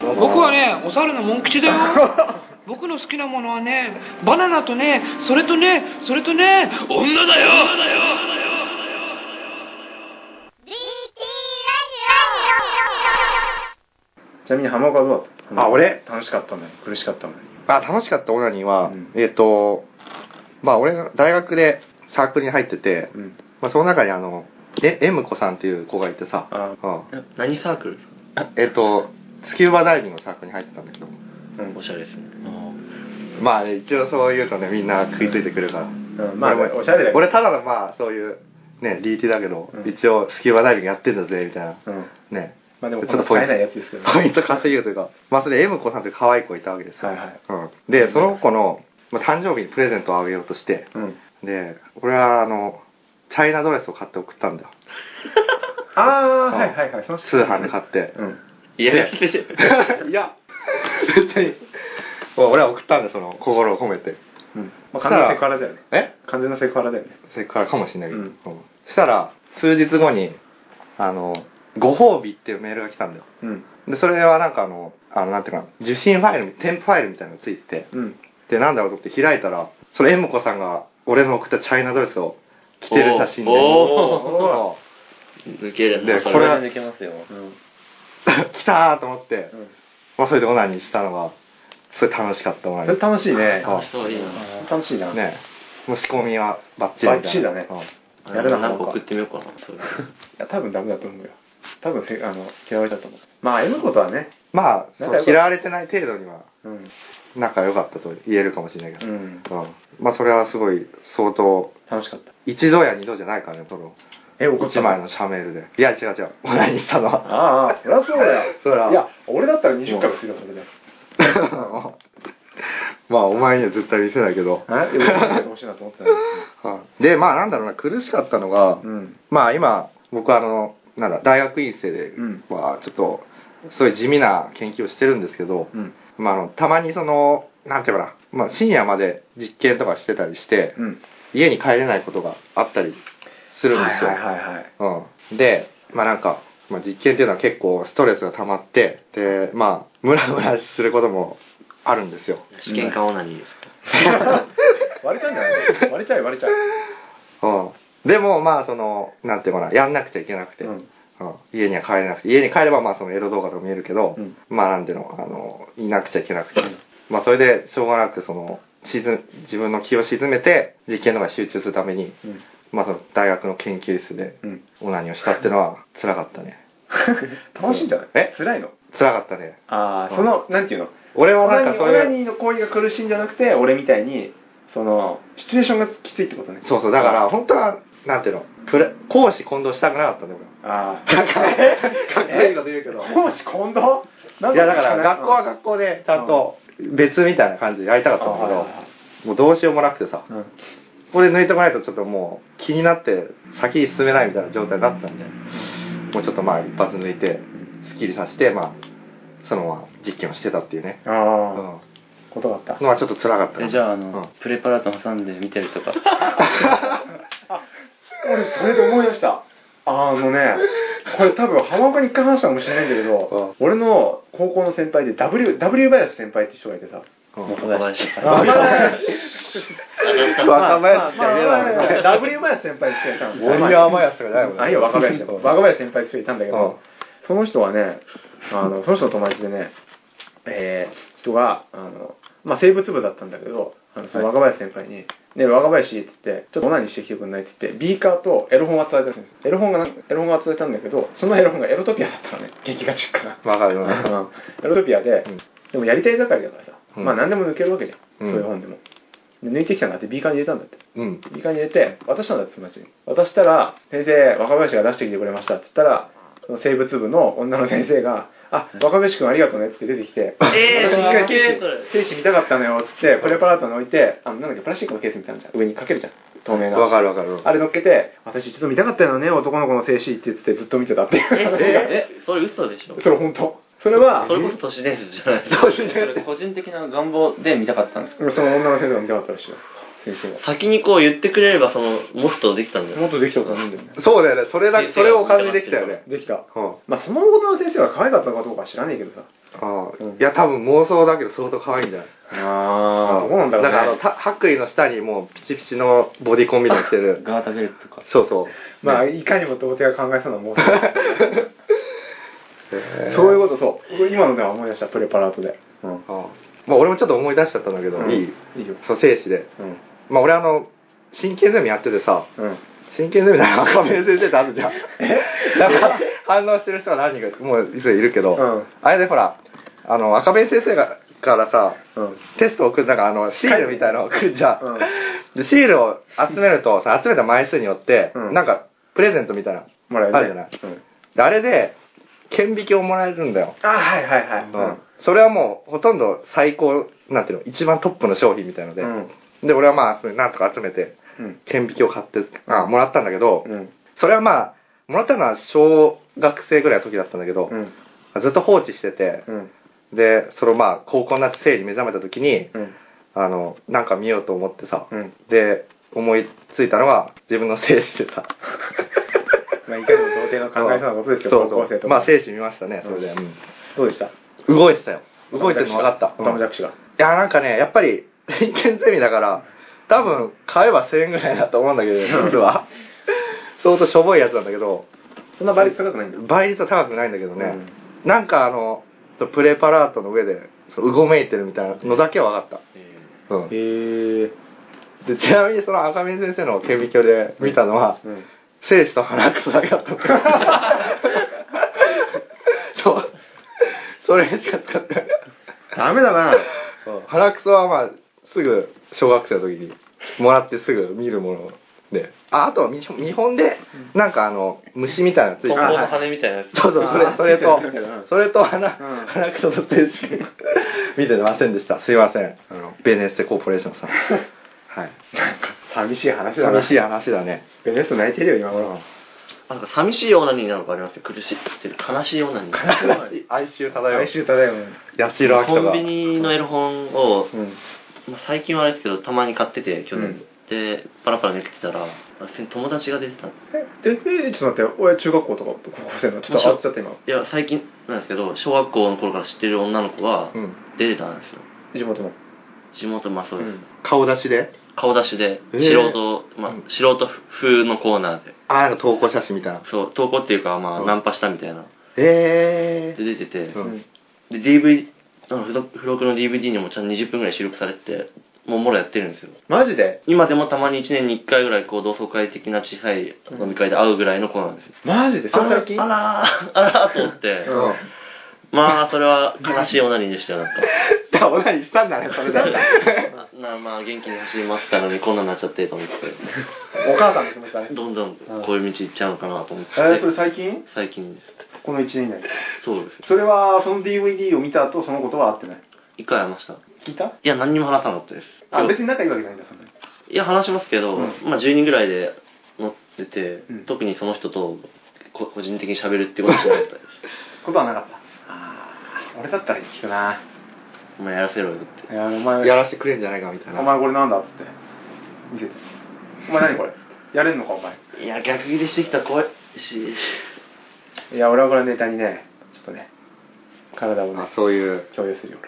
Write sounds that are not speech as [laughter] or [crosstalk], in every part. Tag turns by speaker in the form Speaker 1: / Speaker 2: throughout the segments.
Speaker 1: 僕はねお猿の文吉
Speaker 2: [laughs]
Speaker 1: だよ僕の好きなものはねバナナとねそれとねそれとね女だよ
Speaker 3: GT ラ
Speaker 4: ちなみに浜岡はどうだった
Speaker 2: あ俺
Speaker 4: 楽しかったのよ苦しかったのよ
Speaker 2: あ楽しかったオナニーは、
Speaker 4: うん
Speaker 2: えっ、とまあ俺が大学でサークルに入ってて、
Speaker 4: うん
Speaker 2: まあ、その中にあのえ M 子さんっていう子がいてさ
Speaker 4: あ
Speaker 2: うん
Speaker 5: 何サークルですか
Speaker 2: えっ、とスキューバダイビングのサークルに入ってたんだけど
Speaker 4: うん
Speaker 5: おしゃれですね
Speaker 2: まあね一応そう言うとねみんな食いついてくるから、
Speaker 4: うんまあ
Speaker 2: 俺も
Speaker 4: おしゃれだけど
Speaker 2: 俺ただのまあそういうね DT だけど、
Speaker 4: うん
Speaker 2: 一応スキューバダイビングやってんだぜみたいな
Speaker 4: うん
Speaker 2: ね
Speaker 4: まあでも
Speaker 2: ちょっと
Speaker 4: こんな使えないやつですけど
Speaker 2: ポイント稼ぎるというかまあそれで M 子さんっていう可愛い子いたわけですよ、
Speaker 4: はいはい
Speaker 2: うん、でその子の、まあ、誕生日にプレゼントをあげようとして
Speaker 4: うん
Speaker 2: で俺はあのチャイナドレスを買って送ったんだよ
Speaker 4: ああはいはいはいその
Speaker 2: 通販で買って
Speaker 4: うん
Speaker 5: いやいやし
Speaker 2: いや別にまあ俺は送ったんだよその心を込めて
Speaker 4: うんまあ完全なセクハラだよね
Speaker 2: え
Speaker 4: 完全なセクハラだよね
Speaker 2: それからかもしれないけど、
Speaker 4: うん
Speaker 2: うんそしたら数日後にあのご褒美っていうメールが来たんだよ
Speaker 4: うん
Speaker 2: でそれはなんかあのあのなんていうかな受信ファイル添付ファイルみたいなのがついてて
Speaker 4: うん
Speaker 2: でなんだろうと思って開いたらそれ M 子さんが俺の送ったチャイナドレスを着てる写真で
Speaker 5: おー
Speaker 2: お
Speaker 5: 抜ける
Speaker 2: で
Speaker 5: そ
Speaker 2: これは
Speaker 5: 抜けますよ
Speaker 4: うん
Speaker 2: ー [laughs] 来たーと思って、
Speaker 4: うん
Speaker 2: まあ、それでオナニーしたのがすごい楽しかったオナ
Speaker 4: そ
Speaker 2: ニ
Speaker 4: れ
Speaker 2: ー
Speaker 4: 楽しいね
Speaker 2: あ
Speaker 5: そういいな
Speaker 4: 楽しいな
Speaker 2: ねもう仕込みはバッチリみたいな
Speaker 4: バッチリだね
Speaker 2: うん
Speaker 4: やるな
Speaker 5: なん
Speaker 4: なんか
Speaker 5: か送ってみようかなそういう
Speaker 4: いや多分ダメだと思うよ多分せあの嫌われたと思うまあ M ことはね
Speaker 2: まあそ
Speaker 4: 仲良かっ
Speaker 2: う
Speaker 4: た
Speaker 2: 嫌われてない程度には
Speaker 4: うん
Speaker 2: 仲良かったと言えるかもしれないけ
Speaker 4: う
Speaker 2: ど、
Speaker 4: ん
Speaker 2: うんまあそれはすごい相当
Speaker 4: 楽しかった
Speaker 2: 一度や二度じゃないからねその
Speaker 4: え怒った
Speaker 2: 1
Speaker 4: の
Speaker 2: 枚の社メールでいや違う違うオナニーしたのは
Speaker 4: ああそりゃそうだよ
Speaker 2: そ
Speaker 4: [laughs]
Speaker 2: ら
Speaker 4: いや俺だったら20回するよそれで
Speaker 2: [laughs] まあお前には絶対見せないけど、
Speaker 4: はいよかってほしいなと思ってたの
Speaker 2: でまあなんだろうな苦しかったのが、
Speaker 4: うん
Speaker 2: まあ今僕はあのなんだ大学院生で
Speaker 4: うん
Speaker 2: はちょっとそういう地味な研究をしてるんですけど、
Speaker 4: うん
Speaker 2: まあ、あのたまにそのなんていうのかな、まあ、深夜まで実験とかしてたりして、
Speaker 4: うん
Speaker 2: 家に帰れないことがあったりするんですよ、
Speaker 4: はいはいはいはい
Speaker 2: うん、でまあなんか、まあ、実験っていうのは結構ストレスが溜まってでまあムラムラすることもあるんですよ
Speaker 5: 試験官オナニーです
Speaker 4: 割れちゃうんじゃない割れちゃうよ割れちゃう
Speaker 2: うん、でもまあそのなんていうのかなやんなくちゃいけなくて、
Speaker 4: うん
Speaker 2: うん家には帰れなくて家に帰ればまあそのエロ動画とか見えるけど、
Speaker 4: うん
Speaker 2: まあなんていうのあのいなくちゃいけなくて、まあそれでしょうがなくその沈自分の気を沈めて実験とかに集中するために、
Speaker 4: うん
Speaker 2: まあ、その大学の研究室で
Speaker 4: うん
Speaker 2: オナニーをしたっていうのは辛かったね
Speaker 4: [laughs] 楽しいんじゃない
Speaker 2: え
Speaker 4: 辛いの
Speaker 2: 辛かったね
Speaker 4: ああそのなんていうの
Speaker 2: 俺は
Speaker 4: オ
Speaker 2: な
Speaker 4: ナ
Speaker 2: ん
Speaker 4: ニー
Speaker 2: かそう
Speaker 4: オナ
Speaker 2: いう
Speaker 4: ニーの行為が苦しいんじゃなくて俺みたいにそのシチュエーションがきついってことね
Speaker 2: そうそうだから本当はなんていうのプレ講師混同したくなかったんだよ
Speaker 4: [laughs] あ
Speaker 2: 俺はかっこいいこと言うけ [laughs] ど
Speaker 4: [laughs] あ講師今度
Speaker 2: いやだから学校は学校でちゃんと別みたいな感じでやりたかったんだけどもうどうしようもなくてさ
Speaker 4: うん
Speaker 2: ここで抜いてもらえとちょっともう気になって先に進めないみたいな状態だったんでもうちょっとまあ一発抜いてスッキリさせてまあそのまま実験をしてたっていうねうん
Speaker 4: ああ
Speaker 2: の
Speaker 4: ことがあった
Speaker 2: はちょっと辛かった
Speaker 6: え
Speaker 2: な
Speaker 6: じゃああ
Speaker 2: う
Speaker 6: の、
Speaker 2: ん
Speaker 6: プレパラート挟んで見たりとか
Speaker 4: 俺それで思い出したあのねこれ多分浜岡に一回話したかもしれないんだけど俺の高校の先輩で W, w 林先輩って人がいてさ
Speaker 2: うん
Speaker 6: 小林 [laughs]
Speaker 4: 若林
Speaker 2: 若林しか言えない [laughs] もんね
Speaker 4: W 林先輩って人がいたの
Speaker 2: 森山林とかじゃないもんね
Speaker 4: あいや若林だよ [laughs] 若林先輩って人がいたんだけ
Speaker 2: うん
Speaker 4: どその人はねあのその人の友達でねえー人があの、まあ、生物部だったんだけどあのその若林先輩に「ねえ若林」っつって「ちょっとオナニーしてきてくんない」っつってビーカーとエロ本を与えたらしいんですエロ本がなエロ本を与えたんだけどそのエロ本がエロトピアだったのね劇がちっかな
Speaker 2: わかるよね
Speaker 4: うんエロトピアで、
Speaker 2: うん
Speaker 4: でもやりたい盛りだからさ、
Speaker 2: うん
Speaker 4: まあ何でも抜けるわけじゃん、
Speaker 2: うん
Speaker 4: そういう本でもで抜いてきたんだってビーカーに入れたんだって
Speaker 2: うん
Speaker 4: ビーカーに入れて渡したんだって友達に渡したら先生若林が出してきてくれましたって言ったらその生物部の女の先生が「あ若林君ありがとうね」っつって出てきて「
Speaker 5: えー
Speaker 4: 私一回精
Speaker 5: それ
Speaker 4: 子精子見たかったのよ」っつってプレパラートに置いてあのなんだっけプラスチックのケースみたいなのじゃん上にかけるじゃん透明な
Speaker 2: わかるわかる
Speaker 4: あれ乗っけて「私ちょっと見たかったのね男の子の精子」って言っててずっと見てたっていう話が
Speaker 5: えそれ嘘でしょ
Speaker 4: それ本当それは
Speaker 5: それこそ都市伝説じゃないです
Speaker 2: 都市伝
Speaker 6: 個人的な願望で見たかったんです
Speaker 4: その女の先生が見たかったらしいよ先生は
Speaker 5: 先にこう言ってくれれば、その、モストできたんだ
Speaker 4: も
Speaker 5: よ。
Speaker 4: っとできたことあるんだよね
Speaker 2: そうだよね。それだ
Speaker 5: 先生、
Speaker 2: そ
Speaker 5: が
Speaker 2: れを感じてきたよね。
Speaker 4: できた
Speaker 2: うん。
Speaker 4: まあその後の先生は可愛かったかどうかは知らねえけどさ
Speaker 2: ああ
Speaker 4: うん
Speaker 2: いや、多分妄想だけど相当可愛いんだよ。
Speaker 4: あどうなんだろうね
Speaker 2: からあの、た白衣の下にもうピチピチのボディコンビの着てる。
Speaker 6: ガータベルとか。
Speaker 2: そうそう。
Speaker 4: まあいかにも童貞が考えそうな
Speaker 2: [laughs]
Speaker 4: もん
Speaker 2: へえ
Speaker 4: そういうことそう今のでは思い出したプレパラートでうん
Speaker 2: ああまあ俺もちょっと思い出しちゃったんだけど、
Speaker 4: うん
Speaker 2: いい
Speaker 4: いいよ
Speaker 2: その精子で。
Speaker 4: うん
Speaker 2: まあ俺あの、真剣ゼミやっててさ、
Speaker 4: うん
Speaker 2: 真剣ゼミなら赤目先生ってあるじ
Speaker 4: [laughs]
Speaker 2: ゃん。なんか反応してる人が何人か、もういついるけど、
Speaker 4: うん
Speaker 2: あれでほら、あの、赤目先生がからさ、
Speaker 4: うん
Speaker 2: テストを送る、なんかあの、シールみたいなのを送るじゃん。
Speaker 4: うん
Speaker 2: で、シールを集めると、さ集めた枚数によって、
Speaker 4: うん
Speaker 2: なんか、プレゼントみたいな。
Speaker 4: もらえるね
Speaker 2: あるじゃない。
Speaker 4: うん
Speaker 2: であれで、顕微鏡をもらえるんだよ。
Speaker 4: あはいはいはい
Speaker 2: うんそれはもう、ほとんど最高、なんていうの、一番トップの商品みたいので。
Speaker 4: うん
Speaker 2: で、俺はまあ、それなんとか集めて、
Speaker 4: うん
Speaker 2: 顕微鏡を買って、あもらったんだけど、
Speaker 4: うん
Speaker 2: それはまあ、もらったのは小学生ぐらいの時だったんだけど、
Speaker 4: うん
Speaker 2: ずっと放置してて、
Speaker 4: うん
Speaker 2: で、それをまあ、高校になって生理目覚めた時に、
Speaker 4: うん
Speaker 2: あの、なんか見ようと思ってさ、
Speaker 4: うん
Speaker 2: で、思いついたのは自分の精子でさ。
Speaker 4: まあいかにも童貞の考えそうなことですよ
Speaker 2: そうそう
Speaker 4: 高校生とか
Speaker 2: まあ精子見ましたね、それで。
Speaker 4: う
Speaker 2: うん
Speaker 4: どうでした
Speaker 2: 動いてたよ。動いてるの分かった。
Speaker 4: ダムジャ
Speaker 2: うん
Speaker 4: クシが
Speaker 2: いや、なんかね、やっぱり、 [laughs] 人間ゼミだから、多分、買えば1000円ぐらいだと思うんだけど、実は。相当しょぼいやつなんだけど、
Speaker 4: そんな倍率高くないんだ
Speaker 2: 倍率は高くないんだけどね、なんかあの、プレパラートの上で、そのうごめいてるみたいなのだけは分かっ
Speaker 5: えー
Speaker 2: た。うん。
Speaker 4: へえ
Speaker 2: でちなみにその赤目先生の顕微鏡で見たのは、
Speaker 4: うん
Speaker 2: 精子と鼻くそだけだったそうそれしか使ってない
Speaker 4: ダメだ
Speaker 2: [laughs]
Speaker 4: な
Speaker 2: 鼻くそはまあすぐ小学生の時にもらってすぐ見るものでああとは見本見本でなんかあの虫みたいなのついて
Speaker 5: トンボ
Speaker 2: る
Speaker 5: の羽みたいなやつ。
Speaker 2: そうそうそ
Speaker 4: あ
Speaker 2: れ
Speaker 4: ー
Speaker 2: それと
Speaker 4: ついてるうん
Speaker 2: それと鼻
Speaker 4: うん
Speaker 2: 鼻くそと精子見てませんでしたすいませんあのベネッセコーポレーションさんはい
Speaker 4: [laughs] 寂しい話だな
Speaker 2: 寂しい話だね
Speaker 4: ベネスト泣いてるよ今頃
Speaker 5: あ、なんか寂しいオナニーなのかありますね。苦しいってる。悲しいオナニー。
Speaker 2: 哀愁漂う
Speaker 4: 来週ただいま
Speaker 2: 八代亜紀と
Speaker 5: コ
Speaker 2: か
Speaker 5: ンビニのエロ本を、
Speaker 4: うん
Speaker 5: まあ、最近はあれですけど、たまに買ってて、去
Speaker 4: うん
Speaker 5: 年。で、パラパラめくってたら、あ友達が出てた。い
Speaker 4: えええちょっと待って親中学校とか高校生のちょっとあっちゃった今
Speaker 5: や、最近なんですけど、小学校の頃から知ってる女の子が
Speaker 2: うん
Speaker 5: 出てたんですよ。
Speaker 4: 地元の
Speaker 5: 地元、まあそう
Speaker 4: う
Speaker 5: です。
Speaker 4: ん
Speaker 2: 顔出しで
Speaker 5: 顔出しで、
Speaker 2: え
Speaker 5: 素
Speaker 2: ー
Speaker 5: 人、まあ
Speaker 2: うん、
Speaker 5: 素人風のコーナーで。
Speaker 2: ああの投稿写真みたいな
Speaker 5: そう、投稿っていうか、まあ、
Speaker 2: うん
Speaker 5: ナンパしたみたいな。
Speaker 2: え
Speaker 5: で、出てて
Speaker 2: え、うん
Speaker 5: で、DVD、あの付録付録の DVD にもちゃんと20分ぐらい収録されてて、もうもろやってるんですよ。
Speaker 4: マジで
Speaker 5: 今でもたまに1年に1回ぐらい、こう、同窓会的な小さい飲み会で会うぐらいの子なんですよ。
Speaker 4: マジでそれ最近
Speaker 5: あらー、あらーと思って、
Speaker 4: うん
Speaker 5: まあ、それは悲しいオナニーでしたよ、なんか。
Speaker 2: じゃあオナニーしたんだね
Speaker 5: [laughs]
Speaker 2: それだ
Speaker 5: ななまあ、元気に走りましたのに、こんなんなっちゃって、と思って。
Speaker 4: [laughs] お母さんの気持ちだね
Speaker 5: どんどん、こういう道行っちゃうのかなと思って。
Speaker 4: えーそれ最近
Speaker 5: 最近です。
Speaker 4: この1年以内
Speaker 5: そうです。
Speaker 4: それはその DVD を見た後そのことはあってない
Speaker 5: 一回会いました。
Speaker 4: 聞いた
Speaker 5: いや、何にも話さなかったです。
Speaker 4: あ別に仲いいわけじゃないんだそんなに
Speaker 5: いや、話しますけど、
Speaker 4: うん
Speaker 5: まあ、10人ぐらいで乗ってて、
Speaker 4: うん
Speaker 5: 特にその人とこ個人的に喋るってことはしなかったで
Speaker 4: ことはなかったああ俺だったら聞くな
Speaker 5: す。お前やらせろよって。
Speaker 4: いやお前
Speaker 2: やらせてくれんじゃないかみたいな
Speaker 4: お前これなんだっつって見せてお前何 [laughs] これやれんのかお前
Speaker 5: いや、逆ギレしてきたら怖いし。
Speaker 4: いや俺はこれネタにねちょっとね体をね
Speaker 2: あそういう
Speaker 4: 共有するよ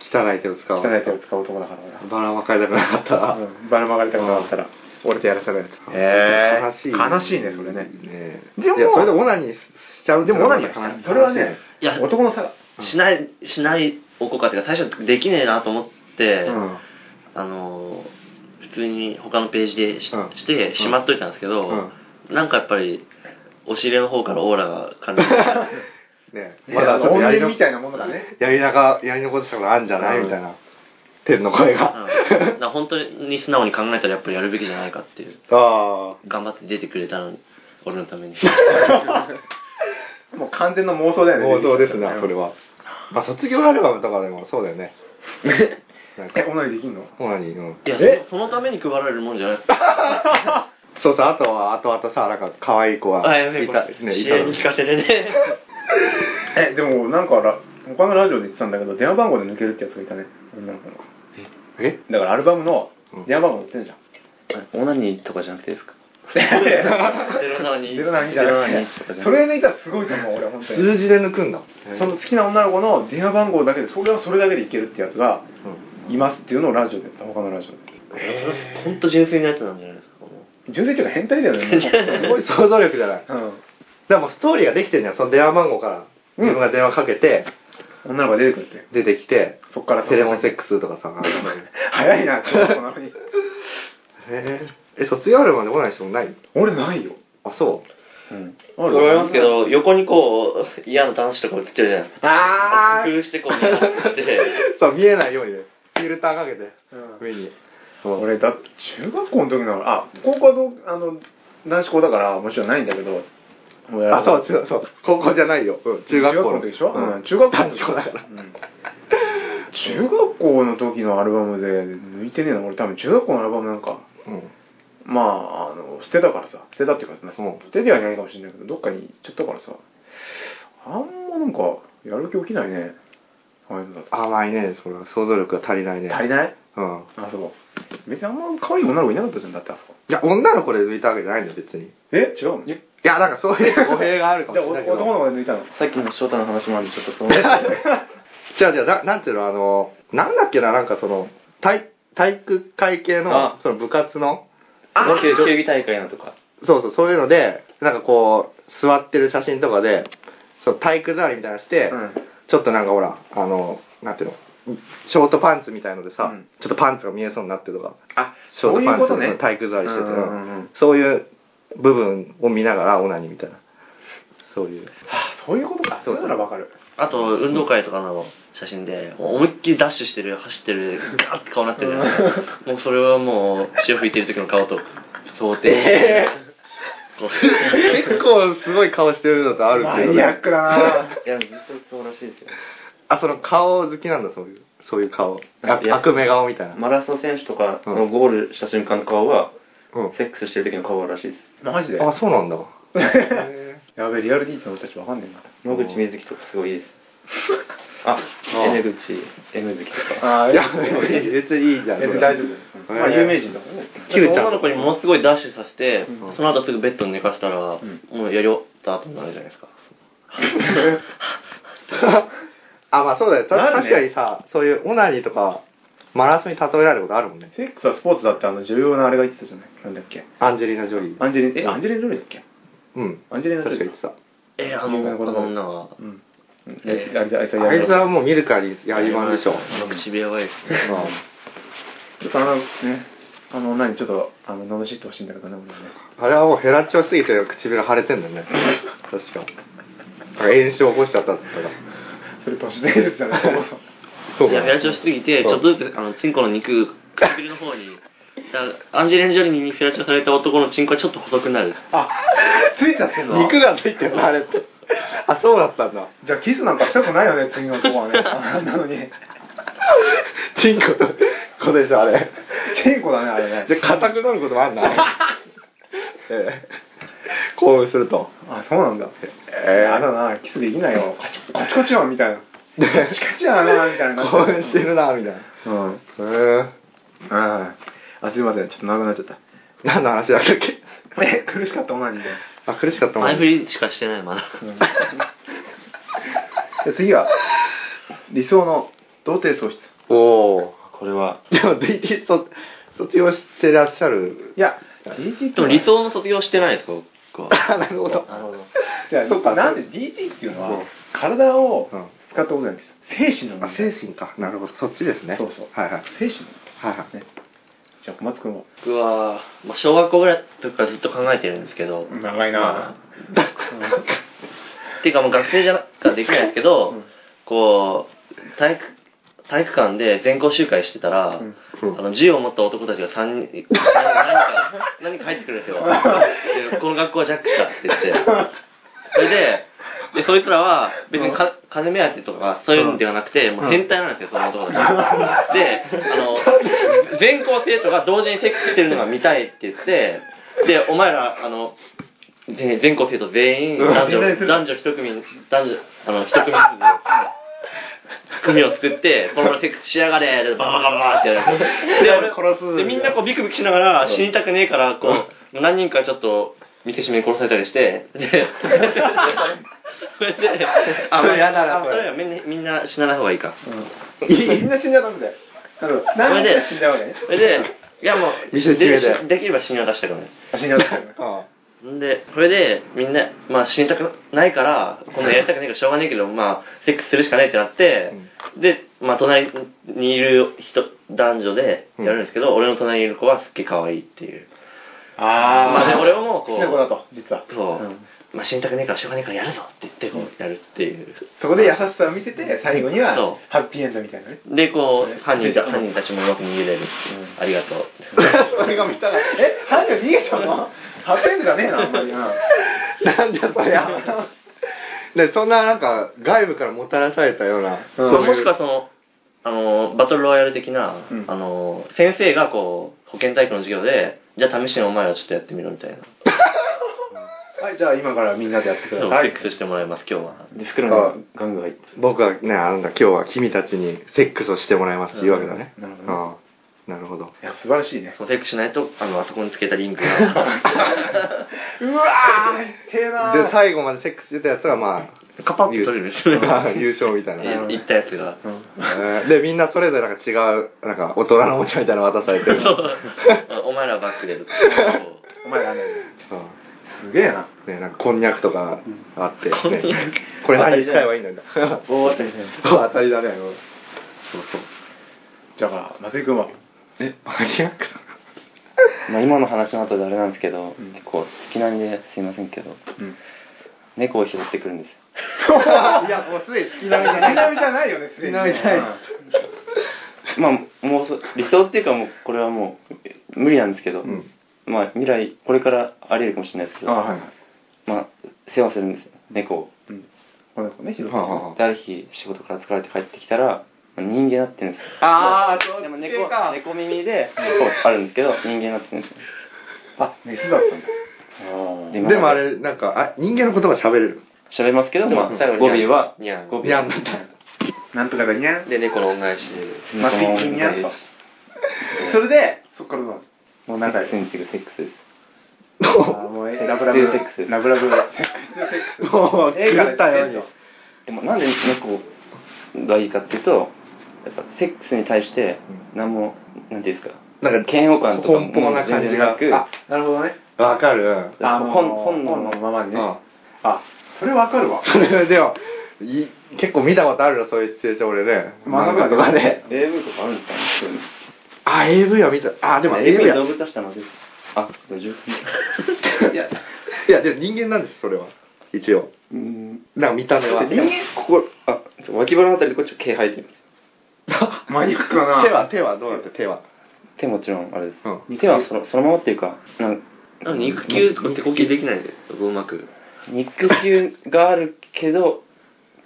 Speaker 2: 汚い手を使う
Speaker 4: 俺は汚い手を使う男だから俺は
Speaker 2: バラまかれたくなかったら、
Speaker 4: うんばらまかれたくなかったら
Speaker 2: 俺とやらせないと
Speaker 4: へえ
Speaker 2: 悲しい
Speaker 4: 悲しいねそれね
Speaker 2: ねえ
Speaker 4: でも
Speaker 2: いやそれでオナニーしちゃうって
Speaker 4: で
Speaker 2: いう
Speaker 4: も
Speaker 2: の
Speaker 4: オ
Speaker 2: が
Speaker 4: ナニーは
Speaker 2: 悲しい
Speaker 4: それはね
Speaker 5: いや
Speaker 4: 男の差が
Speaker 5: しない、しないおこかっていうか、最初できねえなと思って、
Speaker 2: うん
Speaker 5: あのー、普通に他のページでし,、
Speaker 2: うん
Speaker 5: て、しまっといたんですけど、
Speaker 2: うん
Speaker 5: なんかやっぱり、お尻の方からオーラが感じて、 [laughs]
Speaker 2: ねえ
Speaker 4: ま
Speaker 2: まだ
Speaker 4: だ
Speaker 2: ちょっとやり
Speaker 4: 怨
Speaker 2: の
Speaker 4: 念みたいなものがね
Speaker 2: やりながやり残したことあるんじゃない、
Speaker 4: うん
Speaker 2: みたいな天の声が、
Speaker 5: うんだから本当に素直に考えたらやっぱりやるべきじゃないかっていう。
Speaker 2: あ
Speaker 5: 頑張って出てくれたのに、俺のた [laughs] めに。
Speaker 4: もう完全な妄想だ
Speaker 2: あ
Speaker 4: よね
Speaker 2: 妄想ですな、
Speaker 4: うん
Speaker 2: それはまあ卒業アルバムとかでもそうだよねなん
Speaker 4: [laughs]
Speaker 2: か
Speaker 4: えオナニーできんの
Speaker 2: オナニーうん
Speaker 5: いや、
Speaker 4: え
Speaker 5: そのそのために配られるもんじゃないですか。
Speaker 2: そうそうあとはあとあとさなんか可愛い子が
Speaker 5: あ、やべえ、
Speaker 2: い
Speaker 5: こ
Speaker 2: た
Speaker 5: れ。
Speaker 2: ねい
Speaker 5: 支
Speaker 2: た
Speaker 5: 援
Speaker 2: の
Speaker 5: に聞かせてね。
Speaker 4: えでもなんかラ他のラジオで言ってたんだけど電話番号で抜けるってやつがいたね女の子の
Speaker 2: え
Speaker 4: だからアルバムの
Speaker 2: うん
Speaker 4: 電話番号載ってるじゃん。
Speaker 6: オナニーとかじゃなくてですか
Speaker 5: [laughs] 0720
Speaker 4: 07じゃな
Speaker 6: 07
Speaker 4: くて。それ抜いたらすごいと思う、俺、本当に。
Speaker 2: 数字で抜くんだ。
Speaker 4: その好きな女の子の電話番号だけで、それはそれだけでいけるってやつが、
Speaker 2: う
Speaker 4: いますっていうのをラジオでやった、他のラジオで。
Speaker 5: ほんと純粋なやつなんじゃないですかもう
Speaker 4: 純粋っていうか変態だよね。
Speaker 2: んすごい想像力じゃない。
Speaker 4: うん。
Speaker 2: でもストーリーができてるじゃん。その電話番号から
Speaker 4: うん
Speaker 2: 自分が電話かけて、
Speaker 4: 女の子が出てくるって。
Speaker 2: 出てきて、
Speaker 4: そっから
Speaker 2: テレモンセ
Speaker 4: ク
Speaker 2: ックスとかさ。
Speaker 4: 早いな、この子なのに。
Speaker 2: へえ。え、卒業アルバムで来ない人もない
Speaker 4: 俺ないよ。
Speaker 2: あ、そう。
Speaker 6: うん。
Speaker 4: あ
Speaker 5: 俺はますけ。ど横にこう嫌な男子とか映ってるじゃないですか
Speaker 4: あ
Speaker 5: 工夫してこう見なくして
Speaker 2: そう、見えないようにね。フィルターかけて、
Speaker 4: ー。
Speaker 2: 上に。そう。
Speaker 4: 俺だって中学校の時なのあ高校はどうあの男子校だからもちろんないんだけど
Speaker 2: あ、そうう、そう、そう。高校じゃないよ。うん、中学校
Speaker 4: の
Speaker 2: の。
Speaker 4: 時でしょ、
Speaker 2: うん。
Speaker 4: 中学校の
Speaker 2: 男子校だから。
Speaker 4: うん中学校の時のアルバムで抜いてねえな俺多分中学校のアルバムなんか
Speaker 2: うん。
Speaker 4: まああの捨てたからさ捨てたっていうか、まあ
Speaker 2: そう
Speaker 4: 捨てではないかもしれないけどどっかに行っちゃったからさあんまなんかやる気起きないねああいうのだと
Speaker 2: 甘いね、それは。想像力が足りないね。
Speaker 4: 足りない
Speaker 2: うん。
Speaker 4: あそう別にあんま可愛い女の子いなかったじゃんだってあそこ
Speaker 2: いや、女の子で抜いたわけじゃないんだよ、別に。い
Speaker 4: え違うのじゃ
Speaker 2: や、なんかそういう
Speaker 4: [laughs]
Speaker 2: 語弊があるかも
Speaker 4: あ
Speaker 2: しれないけ
Speaker 4: 男の
Speaker 2: ど。
Speaker 4: 子で抜いたの
Speaker 6: [laughs] さっきの翔太の話もあるんで、ちょっとその、は
Speaker 2: 違う違う、ななんていうの、あの、なんだっけな、なんかその、体体育会系の
Speaker 6: あ、
Speaker 2: その部活の、
Speaker 6: [laughs] 球球技大会のとか。
Speaker 2: そうそう、そういうので、なんかこう、座ってる写真とかで、そう体育座りみたいなのして、
Speaker 4: うん
Speaker 2: ちょっとなんかほら、あの、なんていうの、ショートパンツみたいのでさ、
Speaker 4: うん
Speaker 2: ちょっとパンツが見えそうになってるとか、
Speaker 4: あ
Speaker 2: ショー
Speaker 4: そう
Speaker 2: ト
Speaker 4: い
Speaker 2: パ
Speaker 4: うこ
Speaker 2: ンツ
Speaker 4: と
Speaker 2: で
Speaker 4: ね
Speaker 2: 体育座りしてて、
Speaker 4: うんうんうんうん
Speaker 2: そういう部分を見ながらオナニーみたいな。そういう。
Speaker 4: あそういうことかそ
Speaker 2: そ
Speaker 4: ううならわかる
Speaker 5: あと運動会とかの写真で思いっきりダッシュしてる走ってるガーって顔になってるじゃないですか
Speaker 6: [laughs]
Speaker 5: もうそれはもう潮吹いてる時の顔と想定、こう
Speaker 6: [laughs]
Speaker 2: 結構すごい顔してるのとある
Speaker 4: マ
Speaker 2: けど、
Speaker 4: ニアックだない
Speaker 6: や、ずっとそうらしいですよ。
Speaker 2: あ、その顔好きなんだ、そういう、そういう顔。あ
Speaker 6: いや
Speaker 2: 悪目顔みたいな。
Speaker 6: マラソン選手とかのゴールした瞬間の顔は、
Speaker 2: うん。
Speaker 6: セックスしてる時の顔らしいです。
Speaker 4: マジで
Speaker 2: あ、そ
Speaker 4: [laughs]
Speaker 2: うなんだ。
Speaker 4: やべリアルディーツの俺たちわかんね
Speaker 6: 野口みずきとかすごいいい
Speaker 2: [laughs]
Speaker 6: です。あ、N 口 M 月と
Speaker 4: え
Speaker 6: か。
Speaker 4: なあ
Speaker 2: いや、別にいいじゃん。
Speaker 4: 大丈夫ですまあ有名人だからね
Speaker 2: キルちゃん
Speaker 5: 女の子にものすごいダッシュさせて、
Speaker 2: うん
Speaker 5: その後すぐベッドに寝かせたら、
Speaker 4: ん
Speaker 5: もうやり終わった後になるじゃないですか
Speaker 2: [laughs] あ、まあそうだよ。た
Speaker 4: なるね
Speaker 2: 確かにさ、そういうオナニーとか、マラソンに例えられることあるもんね。
Speaker 4: セックスはスポーツだってあの重要なあれが言ってたじゃないなんだっけ
Speaker 2: アンジェリーナ・ジョリー。
Speaker 4: アンジェリーえアンジェリーナ・ジョリーだっけ
Speaker 2: うん。
Speaker 4: アンジェリーナ・ジ
Speaker 2: 確
Speaker 4: ョ
Speaker 2: か
Speaker 4: リ
Speaker 2: 言
Speaker 4: ー
Speaker 2: ってた。
Speaker 5: えー、あ
Speaker 4: 有名
Speaker 5: の
Speaker 4: な
Speaker 5: こ
Speaker 4: 言葉
Speaker 5: の女は
Speaker 4: うんうん
Speaker 5: えー
Speaker 4: あいつあいつは
Speaker 2: あいつ
Speaker 4: や
Speaker 2: はもう見るからにやりまんでしょ。
Speaker 5: あの唇やばいですね
Speaker 2: うん
Speaker 4: ちょっとあのねあの女にちょっとあの罵ってほしいんだけどね俺はね
Speaker 2: あれはもうヘラチョすぎて唇腫れてんだよね。確か。
Speaker 4: [laughs]
Speaker 2: なんか炎症起こしちゃったって言ったら。
Speaker 4: それ都市伝説じゃない
Speaker 2: そう
Speaker 5: いや、フラチョしすぎて、ちょっとずつ、あの、チンコの肉、唇の方に。だからアンジェリーナ・ジョリーにフラチョされた男のチンコはちょっと細くなる。
Speaker 4: あついちゃってんの
Speaker 2: 肉がついてるのあれって。あ、そうだったんだ。
Speaker 4: じゃあキスなんかしたくないよね次の子はねあんなのに
Speaker 2: チンコと、こでしょ、あれ。
Speaker 4: チンコだねあれね
Speaker 2: じゃあ、硬くなることもあん
Speaker 4: [laughs]
Speaker 2: な。ええ。興奮すると。
Speaker 4: あそうなんだ
Speaker 2: え
Speaker 4: やだなキスできないよカチコカチコチやんみたいなカチカチやなみたいな
Speaker 2: 興奮してるな、みたいな。
Speaker 4: うんうん
Speaker 2: うん。
Speaker 4: あすいませんちょっと長くなっちゃった
Speaker 2: 何の話だったっけ
Speaker 4: え苦しかったオナニーで
Speaker 2: あ、苦しかったもん。
Speaker 5: 前振りしかしてない、まだ。
Speaker 4: じゃあ次は理想の童貞喪失
Speaker 2: おお。
Speaker 6: これは、
Speaker 2: でも、DT 卒卒業してらっしゃる。 [laughs]
Speaker 4: いや
Speaker 5: で
Speaker 4: DT
Speaker 5: も理想の卒業してないですか、僕
Speaker 4: [laughs]
Speaker 5: は。
Speaker 2: あ、なるほど。
Speaker 5: なるほど。
Speaker 4: いや
Speaker 2: そっか
Speaker 4: なんで DT っていうの
Speaker 2: う
Speaker 4: は
Speaker 2: ん
Speaker 4: 体を
Speaker 2: うん
Speaker 4: 使ったことないんです精神の
Speaker 2: あ、
Speaker 4: 問題
Speaker 2: 精神か。なるほど。そっちですね。
Speaker 4: そうそう
Speaker 2: はいはい。
Speaker 4: 精神
Speaker 2: はいはい。
Speaker 4: ねじゃあ小松君も
Speaker 5: 僕は、まあ、小学校ぐらいの時からずっと考えてるんですけど。
Speaker 4: 長い
Speaker 5: まあっていうか、もう学生じゃなくできないですけど、こう、体育、体育館で全校集会してたら、
Speaker 4: うん
Speaker 5: あの銃を持った男たちが3人、 [laughs] 何か、何か入ってくるんですよ。で、この学校はジャックしたって言って。それで、で、そいつらは、別にか、金目当てとか、そういうのではなくて、もう変態なんですよ、その男たち
Speaker 4: [laughs]
Speaker 5: は。で、あの、全校生徒が同時にセックスしてるのが見たいって言って、で、お前ら、あの、で全校生徒全員、
Speaker 4: うん
Speaker 5: 男
Speaker 4: みんなにす
Speaker 5: 女、
Speaker 4: る
Speaker 5: 男女一組、男女、あの、一組ずつ、組を作って、ボロボロセックスしやがれ、バカバカバカってやる。で、俺
Speaker 2: 殺す
Speaker 5: で、みんなこうビクビクしながら、死にたくねえから、こう、何人かちょっと、見てしめに殺されたりして、で、それで、あ、
Speaker 2: それ嫌だな
Speaker 5: あ
Speaker 2: そ
Speaker 5: そ
Speaker 2: れ
Speaker 5: れはみんなみんな死なない方がいいか。
Speaker 4: みんな死んじゃダメだよ。なるほど。
Speaker 5: それ
Speaker 4: 何
Speaker 5: で
Speaker 4: で死んだわけね。
Speaker 5: それで、いやもう、
Speaker 2: 一緒に死ねだよ
Speaker 5: でできれば死には出したくない。
Speaker 4: 死んじゃダメだよね。
Speaker 2: あ
Speaker 5: んで、それで、みんな、まあ死にたくないから、こんなやりたくないからしょうがないけど、まあ、セックスするしかないってなって、で、まあ隣にいる人、男女でやるんですけど、俺の隣にいる子はすっげえ可愛いっていう。
Speaker 4: あ
Speaker 5: まあで、俺はもう
Speaker 4: 好
Speaker 5: こ
Speaker 4: きな子だ
Speaker 5: う、
Speaker 4: と、実は。
Speaker 5: そう、
Speaker 4: うん
Speaker 5: まあ死にたくないからしょうがないからやるぞって言って、こう、やるっていう。
Speaker 4: そこで優しさを見せて、最後には
Speaker 5: そ、
Speaker 4: ハッピーエンドみたいなね。
Speaker 5: で、こ
Speaker 4: ね
Speaker 5: う、犯人た
Speaker 4: うん
Speaker 5: 犯人たちもうまく逃げれる。ありがとう。
Speaker 2: あそれが見たら
Speaker 4: え、ハンジョ逃げちゃうのハッピーエンドじゃねえな、あんまりな。
Speaker 2: なんじゃそりゃ
Speaker 4: [laughs]
Speaker 2: でそんななんか外部からもたらされたような、
Speaker 4: うん
Speaker 5: そうもしくはその、あの、バトルロイヤル的な、
Speaker 4: うん
Speaker 5: あの、先生がこう、保健体育の授業で、じゃあ試しにお前らちょっとやってみろみたいな。
Speaker 4: はい、じゃあ今からみんなでやってく
Speaker 5: セ
Speaker 4: ださい
Speaker 5: ッ。クスしてもらいます、今日は。
Speaker 6: で、袋のガング入って。
Speaker 2: 僕はねあなんだ今日は君たちにセックスをしてもらいますって言うわけだね、
Speaker 4: うんなるほど
Speaker 2: ああなるほど
Speaker 4: いや、素晴らしいね。
Speaker 5: そのセックスしないと、あの、あそこにつけたリンク
Speaker 4: [laughs]
Speaker 5: が、
Speaker 4: うわー、てえな
Speaker 2: で最後までセックスしてたやつはまあ
Speaker 5: カパッと取れるん [laughs] ですよね。
Speaker 2: ああ [laughs] 優勝みたいな、
Speaker 5: い行ったやつが。
Speaker 4: うん
Speaker 2: えーでみんなそれぞれなんか違うなんか大人のおもちゃみたいなの渡されてる
Speaker 5: そうお前らバックで。そう
Speaker 4: お前らね、
Speaker 2: うん
Speaker 4: すげえな。
Speaker 2: ね、なんかこんにゃくとかあって、ね
Speaker 5: こんにゃく
Speaker 2: これ何に使えばいいんだよ
Speaker 6: 大当たりじゃない
Speaker 2: 当たりだねもう
Speaker 5: そうそう。
Speaker 4: じゃあ、松井君は。
Speaker 2: えマニアック
Speaker 6: まあ今の話の後であれなんですけど、
Speaker 4: ん
Speaker 6: 結構好きなんですいませんけど、
Speaker 4: うん。
Speaker 6: 猫を拾ってくるんですよ。
Speaker 2: だいやもうすでに好きなみたい
Speaker 4: なみじゃないよね、すでに。
Speaker 2: なみじゃない
Speaker 6: まあもうそ理想っていうかもうこれはもう無理なんですけど、
Speaker 2: ん
Speaker 6: まあ未来これからあり得るかもしれないですけ
Speaker 4: あ、
Speaker 6: ど
Speaker 4: はいはい。
Speaker 6: まあ世話するんですよ猫を
Speaker 4: うん。この子ね、ひろ
Speaker 2: はあはあはあ
Speaker 6: である日仕事から疲れて帰ってきたらまあ人間になってるんですよ
Speaker 2: ああ
Speaker 6: でも
Speaker 2: そっち
Speaker 6: 猫
Speaker 2: か
Speaker 6: 猫耳でこうあるんですけど人間になってるんですよ
Speaker 4: あ、メスだったんだ。
Speaker 6: で
Speaker 2: でもあれなんかあ人間の言葉喋れる
Speaker 6: 喋りますけど、まあ、
Speaker 5: 最後に
Speaker 6: 語尾は
Speaker 5: ニャン
Speaker 6: 語尾
Speaker 2: いやなんだ
Speaker 4: なんとかだにゃん。
Speaker 5: で、猫の恩返し。
Speaker 4: 松井君にゃんと。それで、そっからどうなの
Speaker 6: もうな
Speaker 4: な
Speaker 6: んん
Speaker 4: か
Speaker 6: かセックスに次ぐセックスです
Speaker 4: あーもうえラブラブ
Speaker 6: セックスセックス
Speaker 4: ラブラブセックスセックス
Speaker 2: もう
Speaker 4: 映画で
Speaker 2: 狂ったように
Speaker 4: 言っ
Speaker 6: でもなんで猫がいいかっていうとやっぱセックスに対して何もなんていうんですか
Speaker 2: なんか
Speaker 6: 嫌悪感とかも
Speaker 2: 奔放な感じが
Speaker 6: 全然な
Speaker 4: あなるほどね
Speaker 2: わかる
Speaker 6: く本本能
Speaker 4: の
Speaker 6: の
Speaker 4: ままにね
Speaker 2: うん
Speaker 4: あそれわかるわ
Speaker 2: それでもい結構見たことあるよそういうシチュエーション俺ね
Speaker 4: 漫画とかで
Speaker 6: AV とかあるんですかねそういうの
Speaker 2: あ AV は見たあでも AV
Speaker 6: AV
Speaker 2: は
Speaker 6: 動物出したのですあ大丈夫
Speaker 2: いやいやでも人間なんですよそれは一応
Speaker 6: うん
Speaker 2: なんか見た目は
Speaker 6: 人間ここあそう脇腹のあたりでこっち毛生えてるんですよ
Speaker 4: マニアックだな
Speaker 2: 手は手はどうなって手は
Speaker 6: 手もちろんあれです、
Speaker 2: う
Speaker 6: 手はそのそのままっていうかなん
Speaker 5: なんか肉球とか手呼吸できないんで、そこうまく。
Speaker 6: 肉球があるけど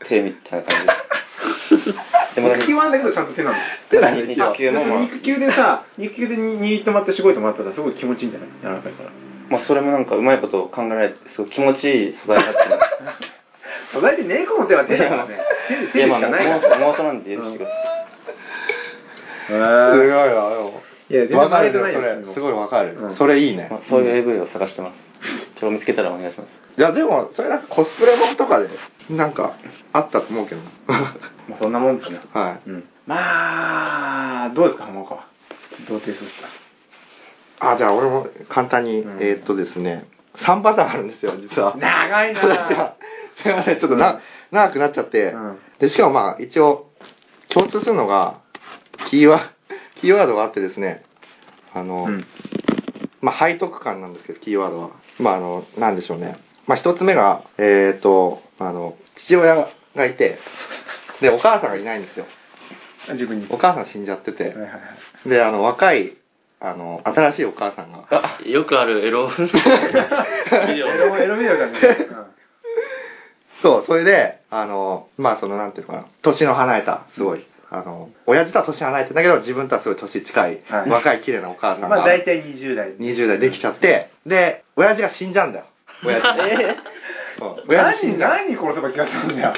Speaker 6: 手みたいな感じですでもなんか
Speaker 4: 肉球はあんだけどちゃんと手なんです
Speaker 6: 手なんですよ肉球もまあ
Speaker 4: 肉球でさ肉球でに握ってもらってしごいてもらったらすごい気持ちいいんじゃない柔らかいから
Speaker 6: まあそれもなんかうまいこと考えられてすごい気持ちいい素材だったな
Speaker 4: それで猫の手は手だからね手で手でしかないから
Speaker 6: いやまあ妄想妄想なんで許してください
Speaker 4: へ
Speaker 2: すごい
Speaker 4: ー
Speaker 2: わよ
Speaker 4: いや全然
Speaker 2: わかる
Speaker 4: 慣れてない
Speaker 2: ね
Speaker 4: よ君も
Speaker 2: それすごいわかる、
Speaker 4: うん
Speaker 2: それいいね
Speaker 6: まあ、そういう AV を探してます。それを見つけたらお願いします。
Speaker 2: いやでもそれなんかコスプレ本とかでなんかあったと [laughs] 思うけど
Speaker 4: まあそんなもんですね
Speaker 2: はい
Speaker 4: うんまあどうですか浜岡は童貞そうした
Speaker 2: あじゃあ俺も簡単に、
Speaker 4: うん
Speaker 2: えーっとですね3パターンあるんですよ実は
Speaker 4: 長い
Speaker 2: そうですよ
Speaker 4: [laughs] な
Speaker 2: すいま [laughs] せんちょっとな、長くなっちゃって、
Speaker 4: うん
Speaker 2: でしかもまあ一応共通するのがキーワキーワードがあってですねあの、
Speaker 4: うん
Speaker 2: まあ、背徳感なんですけど、キーワードは。まあ、あの、なんでしょうね。まあ、一つ目が、えっ、と、あの、父親がいて、で、お母さんがいないんですよ。
Speaker 4: 自分に
Speaker 2: お母さん死んじゃってて
Speaker 4: はい。はいはい
Speaker 2: で、あの、若い、あの、新しいお母さんが、
Speaker 5: よくあるエロ。
Speaker 6: [laughs]
Speaker 5: ビデオ
Speaker 4: エロエロビデオじゃねえ、 [laughs]
Speaker 2: そう、それで、あの、まあ、その、なんていうのかな、年の離れた、すごい、あの、親父とは年離れてんだけど、自分とはすごい年近い、
Speaker 4: はい
Speaker 2: 若い綺麗なお母
Speaker 4: う
Speaker 2: さ
Speaker 4: ん
Speaker 2: んが、
Speaker 4: まあ大体20代
Speaker 2: 20代できちゃって、で、親父が死んじゃうんだよ。親父。うん
Speaker 4: [laughs] 何何殺せば気がするんだよ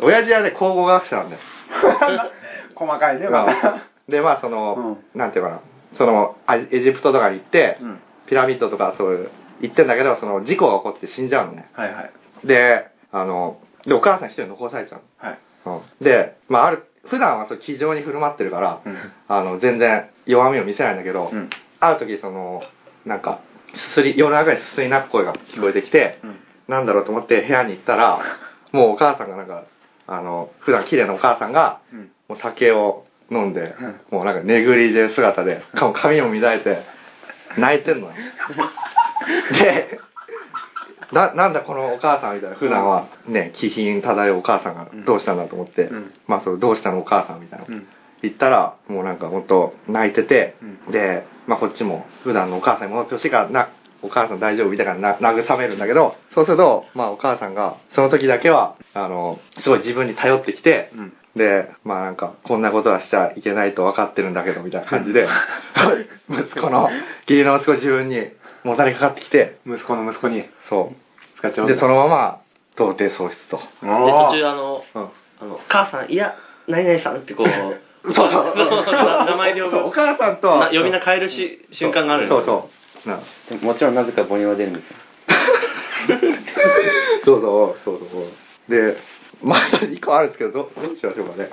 Speaker 2: 親父はね、考古学者なんだよ。
Speaker 4: 細かいね、また。
Speaker 2: で、まあ、その、なんていうかな、その、あエジプトとかに行って、
Speaker 4: うん。
Speaker 2: ピラミッドとかそういう、行ってんだけど、その、事故が起こって死んじゃうのね。
Speaker 4: はいはい。
Speaker 2: で、あの、で、お母さん一人残されちゃう
Speaker 4: はい。
Speaker 2: の。うんで、まあ、ある、普段はそう、気丈に振る舞ってるから、あの、全然弱みを見せないんだけど、
Speaker 4: うん。
Speaker 2: ある時、その、なんか、すすり、夜中にすすり泣く声が聞こえてきて、
Speaker 4: うん。
Speaker 2: なんだろうと思って部屋に行っ
Speaker 4: [laughs]
Speaker 2: たら、もうお母さんがなんか、あの、普段綺麗なお母さんが、
Speaker 4: うん。
Speaker 2: もう酒を飲んで、
Speaker 4: うん
Speaker 2: もうなんかネグリジェ姿で、かも髪も乱れて、泣いてん
Speaker 4: [laughs]
Speaker 2: のよ。で、な、なんだこのお母さんみたいな、普段はね、気品漂うお母さんが
Speaker 4: うん
Speaker 2: どうしたんだと思って、
Speaker 4: うん
Speaker 2: まあそのどうしたのお母さんみたいな。
Speaker 4: うん。
Speaker 2: 行ったら、もうなんか本当泣いてて、
Speaker 4: うん
Speaker 2: で、まあこっちも普段のお母さんに戻ってほしいから、な、お母さん大丈夫みたいなな慰めるんだけど、そうすると、まあお母さんが、その時だけは、あの、すごい自分に頼ってきて、
Speaker 4: うん。
Speaker 2: で、まあなんか、こんなことはしちゃいけないと分かってるんだけど、みたいな感じで、 [laughs] 息子の、義理の息子自分にもたれかかってきて、
Speaker 4: 息子の息子に
Speaker 2: そ
Speaker 4: 使っちゃ
Speaker 2: う。
Speaker 4: う。
Speaker 2: で、そのまま、童貞喪失と。
Speaker 4: お
Speaker 5: で途中
Speaker 4: ー
Speaker 5: あの
Speaker 2: うん
Speaker 5: あの母さんいや何々さんってこう
Speaker 2: そうそうそう
Speaker 5: な [laughs] 名前で呼ぶ
Speaker 2: そうお母さんと
Speaker 5: な呼び名変えるし瞬間があるんです
Speaker 2: そう
Speaker 5: よ
Speaker 2: そうな
Speaker 6: でもちろんなぜか母乳は出るんですよ
Speaker 2: そうそうそうそうでまだ2個あるんですけどどどうしましょうかね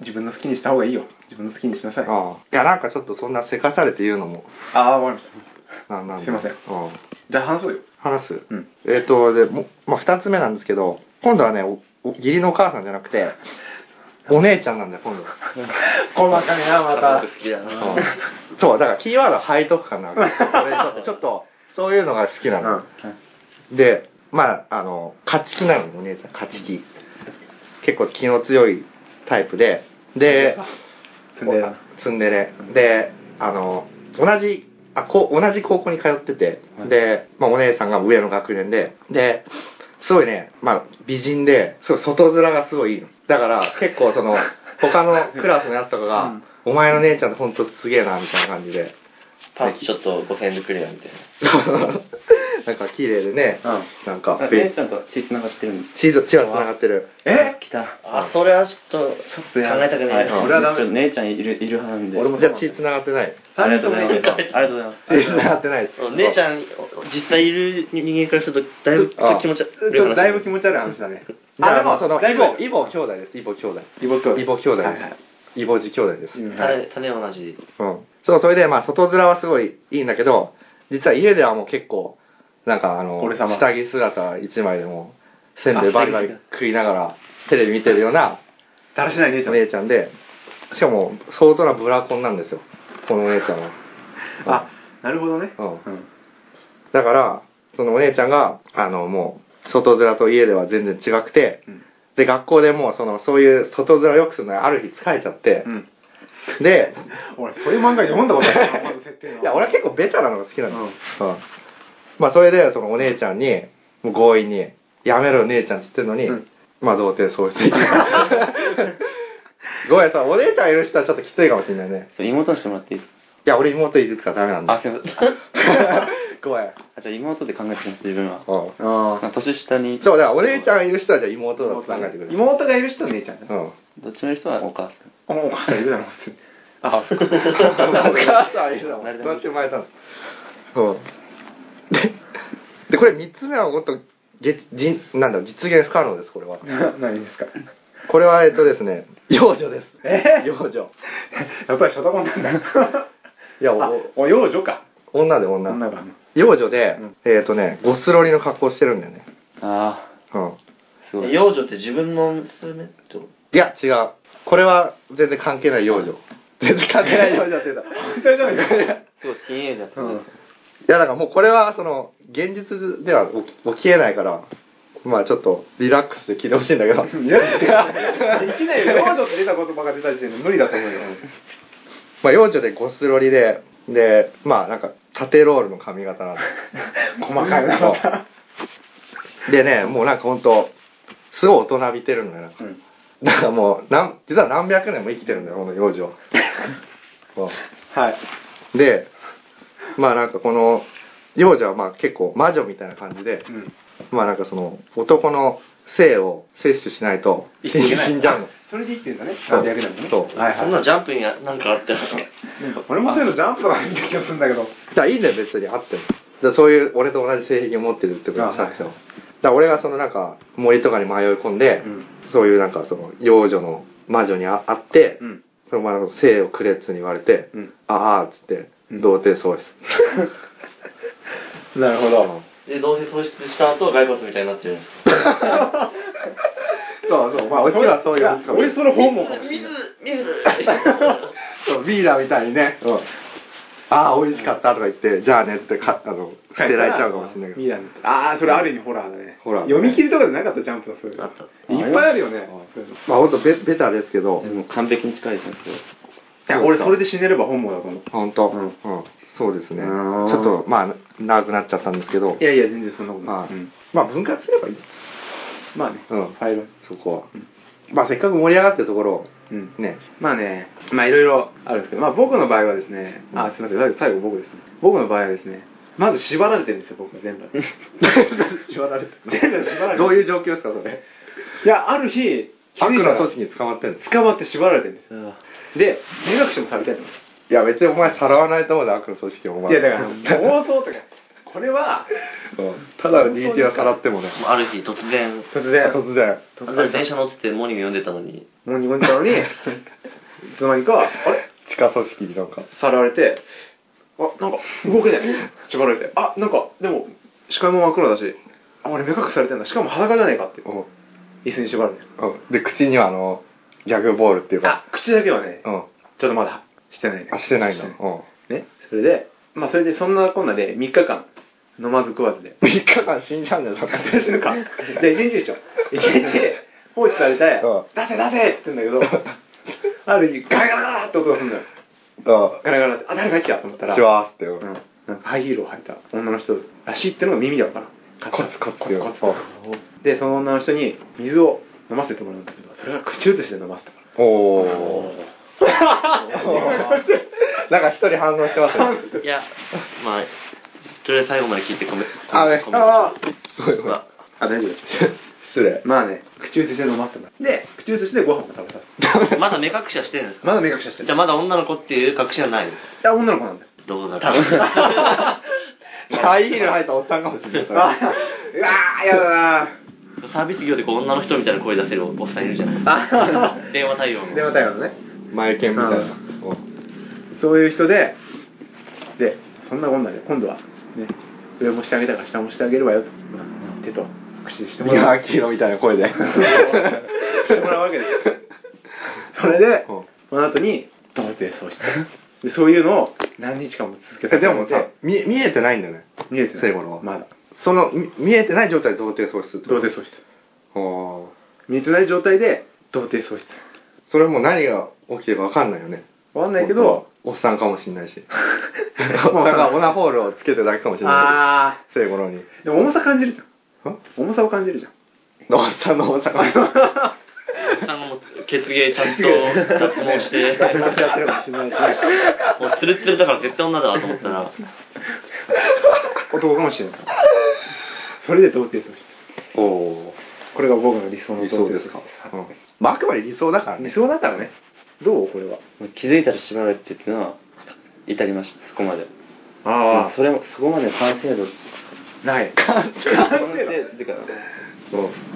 Speaker 4: 自分の好きにした方がいいよ。自分の好きにしなさい。あ
Speaker 2: ああいやなんかちょっとそんなせかされて言うのも
Speaker 4: あー、わかりました。
Speaker 2: なんなんです
Speaker 4: いませんじゃあ話そうよ。
Speaker 2: 話す
Speaker 4: うん。
Speaker 2: えっ、とでも、まあ、2つ目なんですけど今度はねおお義理のお母さんじゃなくてお姉ちゃんなんだよ今度は
Speaker 4: 細かいな、また
Speaker 5: 僕。好きだな
Speaker 2: うんそうだからキーワードは背徳感なの俺ちょっとちょっとそういうのが好きなの、でまああの勝ち気なのねお姉ちゃん勝ち気結構気の強いタイプでで
Speaker 4: ツンデレだ
Speaker 2: ツンデレであの同じあこう同じ高校に通ってて、
Speaker 4: はい
Speaker 2: で、まあ、お姉さんが上の学年でですごいね、まあ、美人ですごい外面がすごいいいのだから結構その他のクラスのやつとかが
Speaker 4: う
Speaker 2: 「
Speaker 4: ん
Speaker 2: お前の姉ちゃんって本当すげえな」みたいな感じで [laughs]
Speaker 5: パンチちょっと5000円でくれよみたいな
Speaker 2: なんか綺麗でね、
Speaker 4: うん
Speaker 2: なんか
Speaker 6: あ姉ちゃんとは血つながってるんです
Speaker 2: チーズチーズつながってる
Speaker 4: え
Speaker 6: 来た
Speaker 5: あそれはちょっと
Speaker 6: ちょっ
Speaker 5: 考えたくな
Speaker 2: はう
Speaker 5: いな
Speaker 2: いん
Speaker 4: 俺はダ
Speaker 6: ちょっと
Speaker 4: メ。
Speaker 6: 姉ちゃんいるいる派なんで
Speaker 4: 俺も
Speaker 2: じゃあ血つながってない
Speaker 6: ありがとうございますありがとうございます
Speaker 2: 血つながってないです
Speaker 5: 姉ちゃん実際いる人間からするとだいぶちょっと気持ち悪い
Speaker 4: ちょっとだいぶ気持ち悪い話だね。
Speaker 2: あでもその
Speaker 4: だい
Speaker 2: イ
Speaker 4: ぶ
Speaker 2: ボイボ兄弟ですイボ兄弟
Speaker 4: イボ兄弟。
Speaker 2: イボ兄弟
Speaker 4: はいはい
Speaker 2: イボジ兄弟です、
Speaker 4: うん
Speaker 5: 種種同じ
Speaker 2: うん、そうそれでまあ外面はすごいいいんだけど実は家ではもう結構なんかあの
Speaker 4: 俺様
Speaker 2: 下着姿一枚でもせんべいバリバリ食いながらテレビ見てるような
Speaker 4: だらしない姉ちゃ
Speaker 2: お
Speaker 4: ん。
Speaker 2: 姉ちゃんでしかも相当なブラコンなんですよこのお姉ちゃんは
Speaker 4: あ、なるほどね。
Speaker 2: うん
Speaker 4: うん。
Speaker 2: だからそのお姉ちゃんがあのもう外面と家では全然違くて
Speaker 4: うん
Speaker 2: で学校でもうそのそういう外面を良くするのにある日疲れちゃって
Speaker 4: う、ん。
Speaker 2: で
Speaker 4: 俺、そういう漫画読んだことない。この設定の
Speaker 2: いや俺は結構ベタなのが好きな
Speaker 4: う
Speaker 2: の、
Speaker 4: ん。
Speaker 2: うんまあそれでそのお姉ちゃんにもう強引に「やめろ姉ちゃん」って言ってるのに、
Speaker 4: うん
Speaker 2: まあ童貞喪失 [laughs] ごめんさお姉ちゃんいる人はちょっときついかもしれないね
Speaker 6: そう妹にしてもらっていいです
Speaker 2: いや俺妹いるからダメなん
Speaker 6: かあ
Speaker 2: だ
Speaker 6: すいません
Speaker 2: [laughs] ごめん
Speaker 6: あじゃあ妹で考えてます自分は
Speaker 2: うん
Speaker 6: な
Speaker 4: あ
Speaker 6: んか年下に
Speaker 2: そうだからお姉ちゃんいる人はじゃあ妹だと考えてくれ
Speaker 4: ー
Speaker 2: る
Speaker 4: 妹がいる人は姉ちゃんね。
Speaker 2: うん
Speaker 6: どっちの人はお母さん
Speaker 4: お母さんいるだろ、普通に。あ、
Speaker 5: [laughs]
Speaker 4: そっか
Speaker 2: お母さんいるだもん。どうやって生まれたのそう。で、でこれ3つ目はもっとげじんなんだろう実現不可能です、これは。
Speaker 4: な [laughs] 何ですか。
Speaker 2: これは、えっとですね、幼女です。
Speaker 4: えー
Speaker 2: 幼女。
Speaker 4: やっぱり初太婚なんだ。
Speaker 2: いや、
Speaker 4: あ
Speaker 2: お、
Speaker 4: お幼女か。
Speaker 2: 女で女。
Speaker 4: 女が。
Speaker 2: 幼女で
Speaker 4: うん、
Speaker 2: えっとね、ゴスロリの格好してるんだよね。
Speaker 6: あ
Speaker 2: うん。
Speaker 6: あすごい
Speaker 5: 幼女って自分の娘ってこと
Speaker 2: いや、違う。これは全然関係ない幼女。全然関係ない幼女って言うた。
Speaker 4: 本当じゃないか。
Speaker 6: すごいティーンエイジャーって
Speaker 4: う
Speaker 6: ことで
Speaker 4: ん
Speaker 6: す。
Speaker 2: [laughs] いやだからもうこれはその現実では起き起きえないからまあちょっとリラックスして聞いてほしいんだけど
Speaker 4: いや、いやいきなり幼女って出た言葉が出た時点で無理だと思うよ。
Speaker 2: [laughs] まあ幼女でゴスロリででまあなんか縦ロールの髪型なんで
Speaker 4: [laughs] 細かいな、また。
Speaker 2: でねもうなんかほんとすごい大人びてるのよなんか
Speaker 4: うん
Speaker 2: なんかもうなん実は何百年も生きてるんだよこの幼女はう
Speaker 4: はい。
Speaker 2: んでまあなんかこの幼女はまあ結構魔女みたいな感じで
Speaker 4: うん。
Speaker 2: まあなんかその男の性を摂取しないと死んじゃうの。
Speaker 4: それで生きてんだね。
Speaker 2: そう
Speaker 4: 300年もね。
Speaker 2: そう
Speaker 4: はい
Speaker 5: そん
Speaker 4: は。
Speaker 5: ないジャンプになんかあったら、
Speaker 4: 俺もそういうのジャンプとか見た気がするんだけど。
Speaker 2: だからいいんだよ別にあってもだからそういう俺と同じ性癖を持ってるってことにしたんですよ
Speaker 4: あ
Speaker 2: だ
Speaker 4: は
Speaker 2: から俺がそのなんか森とかに迷い込んで、
Speaker 4: うん
Speaker 2: そういうなんかその幼女の魔女にあ会って、
Speaker 4: うん。
Speaker 2: そのまま性をくれっつに言われて、
Speaker 4: うん
Speaker 2: ああっつって、
Speaker 4: うん
Speaker 2: 童貞喪失
Speaker 4: [laughs] なるほど。
Speaker 5: で、どうせ喪失した後、骸骨みたいになっちゃう。
Speaker 2: そうそうまあうちはそういう
Speaker 4: や俺それ本望かもしれない。
Speaker 5: [laughs]
Speaker 2: そうビーラーみたいにね、うんああ美味しかったとか言って、じゃあねっつってかあの捨てられちゃうかもしれないけど
Speaker 4: ミラノああ、それある意味ホラーだね。
Speaker 2: ホラー
Speaker 4: 読み切りとかでなかったジャンプのそういうの。
Speaker 5: あった
Speaker 4: いっぱいあるよね。そういうのい
Speaker 2: まあ本当ベベタですけど、
Speaker 6: でも完璧に近いですね、
Speaker 4: や俺それで死ねれば本望だと思う。
Speaker 2: 本当、
Speaker 4: う
Speaker 2: うんんそうですねち
Speaker 4: うん
Speaker 2: ょっとまあ長くなっちゃったんですけど
Speaker 4: いやいや、全然そんなこと
Speaker 2: ま
Speaker 4: な
Speaker 2: あ
Speaker 4: い。うん
Speaker 2: まあ分割すればいい
Speaker 4: まあね。
Speaker 2: うん
Speaker 4: ファイル。
Speaker 2: そこは、まあせっかく盛り上がってるところ
Speaker 4: うん。
Speaker 2: をね
Speaker 4: まあね、まあいろいろあるんですけど、まあ僕の場合はですね、あ、すみません、最後僕ですね。僕の場合はですね、まず縛られてるんですよ、僕は [laughs] 全部。
Speaker 2: 縛られて
Speaker 4: 全部縛られて
Speaker 2: [laughs] どう
Speaker 4: る。
Speaker 2: いう状況ですかそれ
Speaker 4: いや、ある日、気
Speaker 2: 悪
Speaker 4: づいた
Speaker 2: の
Speaker 4: ら
Speaker 2: 組織に捕まってるんです
Speaker 4: 捕まって縛られてるんですよ。で、入学してもされたいの。い
Speaker 2: いや別にお前さらわないと思うで悪の組織をお前
Speaker 4: や、だから、妄想とか、これは、
Speaker 2: うんただ DT はさらってもね
Speaker 5: ある日、突然、
Speaker 4: 突然、
Speaker 2: [laughs] 突然
Speaker 4: 突
Speaker 5: あ電
Speaker 4: 然、
Speaker 5: 車乗っててモーニング読んでたのに、
Speaker 4: もう日本にいたの [laughs] に、いつの間にか、あれ
Speaker 2: 地下組織になんか
Speaker 4: さらわれて、あ、なんか、動けない。縛られて、あ、なんか、でも、視界も真っ黒だし、あ、俺目隠しされてんだ。しかも裸じゃねえかって。
Speaker 2: うんうん
Speaker 4: 椅子に縛られてる
Speaker 2: で口にはあのギャグボールっていうか
Speaker 4: あ口だけはね
Speaker 2: うん
Speaker 4: ちょっとまだしてないね
Speaker 2: あしてないの
Speaker 4: ね
Speaker 2: うん
Speaker 4: それでまあそれでそんなこんなで3日間飲まず食わずで
Speaker 2: 3日間死んじゃうんだよだから
Speaker 4: 死ぬかで1日でしょ1日放置されて
Speaker 2: うん
Speaker 4: 「出せ出せ!」って言うんだ [laughs] けどある日ガラガラガラって音がするんだよ
Speaker 2: うん
Speaker 4: ガラガラってあ誰か来たと思ったら
Speaker 2: シュワーって
Speaker 4: うん、なんかハイヒールを履いた女の人らしいってのが耳で分からん
Speaker 2: コツコツ
Speaker 4: コツコツコツでその女の人に水を飲ませてもらうんだけどそれが口移しで飲ませてもらう
Speaker 2: おおーなんか一人反応してますね。
Speaker 5: いや、まあ、とりあえず最後まで聞いてごめん。
Speaker 2: [laughs] あ、ね
Speaker 5: ご、めん
Speaker 2: あー、ごめんごめん
Speaker 5: ま
Speaker 4: あ大丈夫
Speaker 2: [laughs] 失礼。
Speaker 4: [laughs]
Speaker 2: [laughs]
Speaker 4: まあね、口移しで飲ませてもらうで、口移しでご飯も食べさせて。
Speaker 5: あまだ目隠しはしてるんですか
Speaker 4: まだ目隠しはして
Speaker 5: じ
Speaker 4: る。
Speaker 5: ゃあまだ女の子っていう隠しはない
Speaker 4: あ、女の子なんだよ。
Speaker 5: どうだろう。
Speaker 2: ハイヒール入ったおっさんかもしれ
Speaker 4: あ、うわ
Speaker 2: ない。
Speaker 4: ー、やだな
Speaker 5: [laughs] サービス業でこう女の人みたいな声出せるおっさんいるじゃ
Speaker 4: あ
Speaker 5: ない電話対応の。
Speaker 4: 電話対応のね。
Speaker 2: 前剣みたいな。
Speaker 4: うんそういう人で、で、そんなこんなで、今度は、ね、上もしてあげたから下もしてあげるわよと。手と口でしても
Speaker 2: ミ
Speaker 4: ら
Speaker 2: ハ
Speaker 4: う。
Speaker 2: ーキーロみたいな声
Speaker 4: [laughs]
Speaker 2: で。
Speaker 4: してもらうわけですよ。それで、
Speaker 2: うん
Speaker 4: その後に、どうやってそうして。でそういうのを何日間も続け
Speaker 2: え
Speaker 4: て
Speaker 2: [laughs] でもさ、見え見えてないんだよね。
Speaker 4: 見えてない
Speaker 2: 最後のは
Speaker 4: まだ
Speaker 2: その、み見えてない状態で童貞喪失ってこと
Speaker 4: 童貞喪失
Speaker 2: おー
Speaker 4: 見えてない状態で童貞喪失
Speaker 2: それもう何が起きてるかわかんないよね。
Speaker 4: わかんないけど、
Speaker 2: おっさんかもしれない
Speaker 4: [laughs]
Speaker 2: し。おっさんがオナホールをつけてるだけかもしれな
Speaker 4: あ
Speaker 2: い。正午のに。ん
Speaker 4: ーでも重さ感じるじゃん重さを感じるじゃん
Speaker 2: おっさんのおっさんが。
Speaker 5: おっさんがもう血芸ちゃんと脱
Speaker 4: [laughs]
Speaker 5: 毛して、
Speaker 4: 話し合ってるかもしれないし
Speaker 5: もうツルツルだから絶対女だわと思ったら、
Speaker 4: 男かもしれないそれで童貞喪失
Speaker 2: おお。
Speaker 4: これが僕の理想の
Speaker 2: 理
Speaker 4: 童
Speaker 2: 想
Speaker 4: 貞
Speaker 2: です
Speaker 4: 喪
Speaker 2: か
Speaker 4: 失。
Speaker 2: うん。まあ、あくまで理想だから
Speaker 4: 理
Speaker 2: ね。
Speaker 4: 想だからねどうこれは
Speaker 6: もう気づいたら縛られてっていうのは、至りました、そこまで。でもそれも、そこまで完成度。
Speaker 4: あない
Speaker 6: 完成度ってか、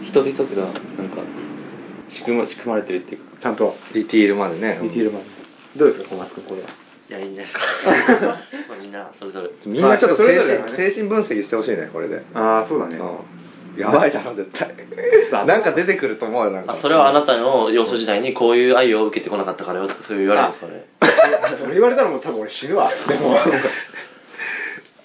Speaker 6: 一つ一つが、なんか、仕組ま仕組まれてるっていうか。
Speaker 4: ちゃんと
Speaker 2: ディティールまでね。
Speaker 4: ディティールまでどうですか小松君これはい
Speaker 5: や、いいんじゃないですか。 [laughs] まあみんなそれぞれ。
Speaker 2: うんみんなちょっと
Speaker 4: まあそれ
Speaker 2: 精
Speaker 4: ぞれ
Speaker 2: 神,、
Speaker 4: だね
Speaker 2: 精神分析してほしいね、これで。
Speaker 4: ああそうだね
Speaker 2: うんやばいだろ、絶対。なんか出てくると思うよ、なんか
Speaker 5: あ。それはあなたの幼少時代にこういう愛を受けてこなかったからよとかそう言われるんですかね。
Speaker 4: [laughs] それ言われたらもう多分俺死ぬわで [laughs] も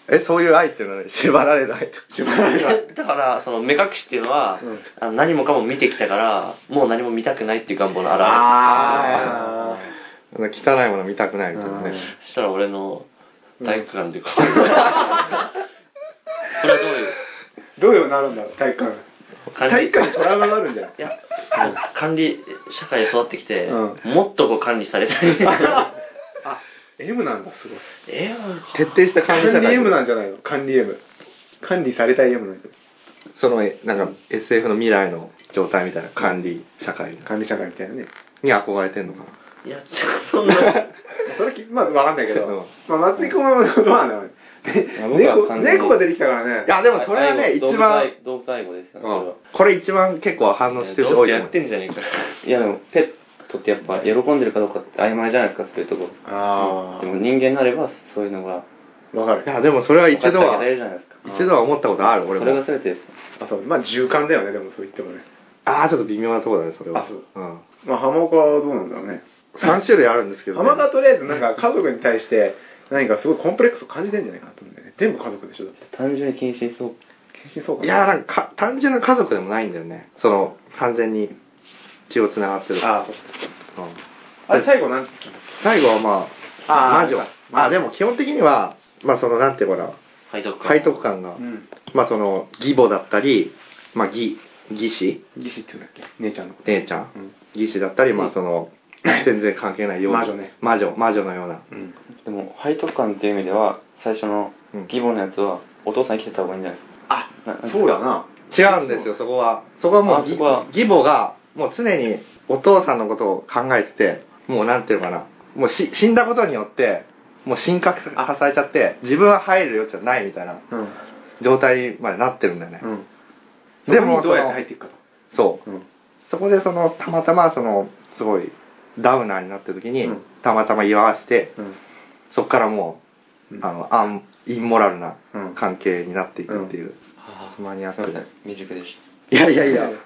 Speaker 2: え、そういう愛っていうのはね、縛られないと。
Speaker 4: しばらくは
Speaker 5: [laughs] だからその目隠しっていうのは、
Speaker 4: うん
Speaker 5: あの何もかも見てきたからもう何も見たくないっていう願望の表
Speaker 4: ああ
Speaker 2: 汚いもの見たくないみたいな
Speaker 4: うん
Speaker 2: ね。
Speaker 5: れそしたら俺の体育館でこう、 [laughs] これはどういう
Speaker 4: どうようになるんだろう体育館
Speaker 5: 管理
Speaker 4: 体育館にトラウマがあるんじゃない
Speaker 5: いや管理社会で育ってきて、
Speaker 4: う
Speaker 5: もっとこう管理され
Speaker 6: [laughs]
Speaker 5: たり
Speaker 4: あ M なんだすごい
Speaker 5: ええわ
Speaker 2: 徹底した管理社
Speaker 4: 管理
Speaker 2: 会。
Speaker 4: M なんじゃないの管理 M 管理されたい M なんじゃない
Speaker 2: そのえなんか SF の未来の状態みたいな管理社会
Speaker 4: 管理社会みたいなね。
Speaker 2: に憧れてんのかない
Speaker 5: や、そ
Speaker 6: [laughs]
Speaker 5: んな、
Speaker 4: それき、まあ、わかんないけど
Speaker 2: うん、
Speaker 4: まあ、松井君はどうなんだろうね。
Speaker 6: まあ僕は
Speaker 4: 猫、
Speaker 6: 完全に
Speaker 4: 猫が出てきたから
Speaker 2: い
Speaker 4: ね。
Speaker 2: やでもそれはね
Speaker 6: 動物
Speaker 2: 一番
Speaker 6: 愛動物愛護ですよ、ねそれ
Speaker 2: うん
Speaker 6: は
Speaker 2: これ一番結構反応してる人多いと
Speaker 5: や
Speaker 2: 思
Speaker 5: っ
Speaker 2: う
Speaker 5: てんじゃねえか。
Speaker 6: いやでもペットってやっぱ喜んでるかどうかって曖昧じゃないですかそういうとこ
Speaker 4: あ
Speaker 6: でも人間になればそういうのが
Speaker 4: あ、わかる
Speaker 2: い。やでもそれは一
Speaker 6: 分か
Speaker 2: 度
Speaker 6: ってあ
Speaker 2: は
Speaker 6: げられるじゃないですか
Speaker 2: 一度は思ったことある俺
Speaker 6: それ
Speaker 2: も
Speaker 6: が全てです
Speaker 4: あ、そう、まあ、循環だよね、でもそう言ってもね。
Speaker 2: ああちょっと微妙なところだねそれは、
Speaker 4: あそうんまあ、浜岡はどうなんだろうね。
Speaker 2: 3種類あるんですけど、ね、
Speaker 4: 浜岡はとりあえず、なんか家族に対して、何かすごいコンプレックスを感じてんじゃないかなと思うんだよね。全部家族でしょ、だって。
Speaker 6: 単純に禁止そう
Speaker 4: 決心そうかない
Speaker 2: やーなんかか単純な家族でもないんだよねその完全に血をつながってる
Speaker 4: ああ、そう。
Speaker 2: うん
Speaker 4: あれ、最後なんて言っ
Speaker 2: 最後はまあ
Speaker 4: あー
Speaker 2: 魔女あでも基本的にはまあそのなんていうのか
Speaker 5: 背徳
Speaker 2: な
Speaker 5: 感。
Speaker 2: 背徳感
Speaker 4: た
Speaker 2: が、
Speaker 4: うん。
Speaker 2: まあその義母だったりまあ義義士
Speaker 4: 義士って言うんだっけ姉ちゃんのこと。
Speaker 2: 姉ちゃん
Speaker 4: うん。
Speaker 2: 義士だったりまあその全然関係ないような
Speaker 4: 魔女ね
Speaker 2: 魔女魔女のような
Speaker 4: うん。
Speaker 6: でも背徳感っていう意味では最初の
Speaker 2: うん
Speaker 6: 義母のやつはお父さん生きてた方がいいんじゃないです
Speaker 4: あ
Speaker 6: ななん、か
Speaker 4: そうだな。
Speaker 2: 違うんですよそこはそこはもう
Speaker 6: あ
Speaker 2: 義
Speaker 6: そこは
Speaker 2: 義母がもう常にお父さんのことを考えててもうなんていうのかなもうし死んだことによってもう神格化されちゃって自分は入る余地はないみたい
Speaker 4: う
Speaker 2: な
Speaker 4: ん。
Speaker 2: 状態までなってるんだよね、
Speaker 4: うん。
Speaker 2: で
Speaker 4: で
Speaker 2: も
Speaker 4: も、どうやって入っていくか
Speaker 2: そう
Speaker 4: と。うん。
Speaker 2: そこでそのたまたまそのすごいダウナーになった時に、
Speaker 4: うん
Speaker 2: たまたま居合わせて
Speaker 4: うん。
Speaker 2: そこからもう、
Speaker 4: うん
Speaker 2: あのアンインモラルな
Speaker 4: うん
Speaker 2: 関係になっていくっていう、
Speaker 6: か
Speaker 2: マニアッ
Speaker 6: すい
Speaker 2: ク
Speaker 6: ませ
Speaker 2: で
Speaker 6: ん未熟でし
Speaker 2: いやいやいや、うん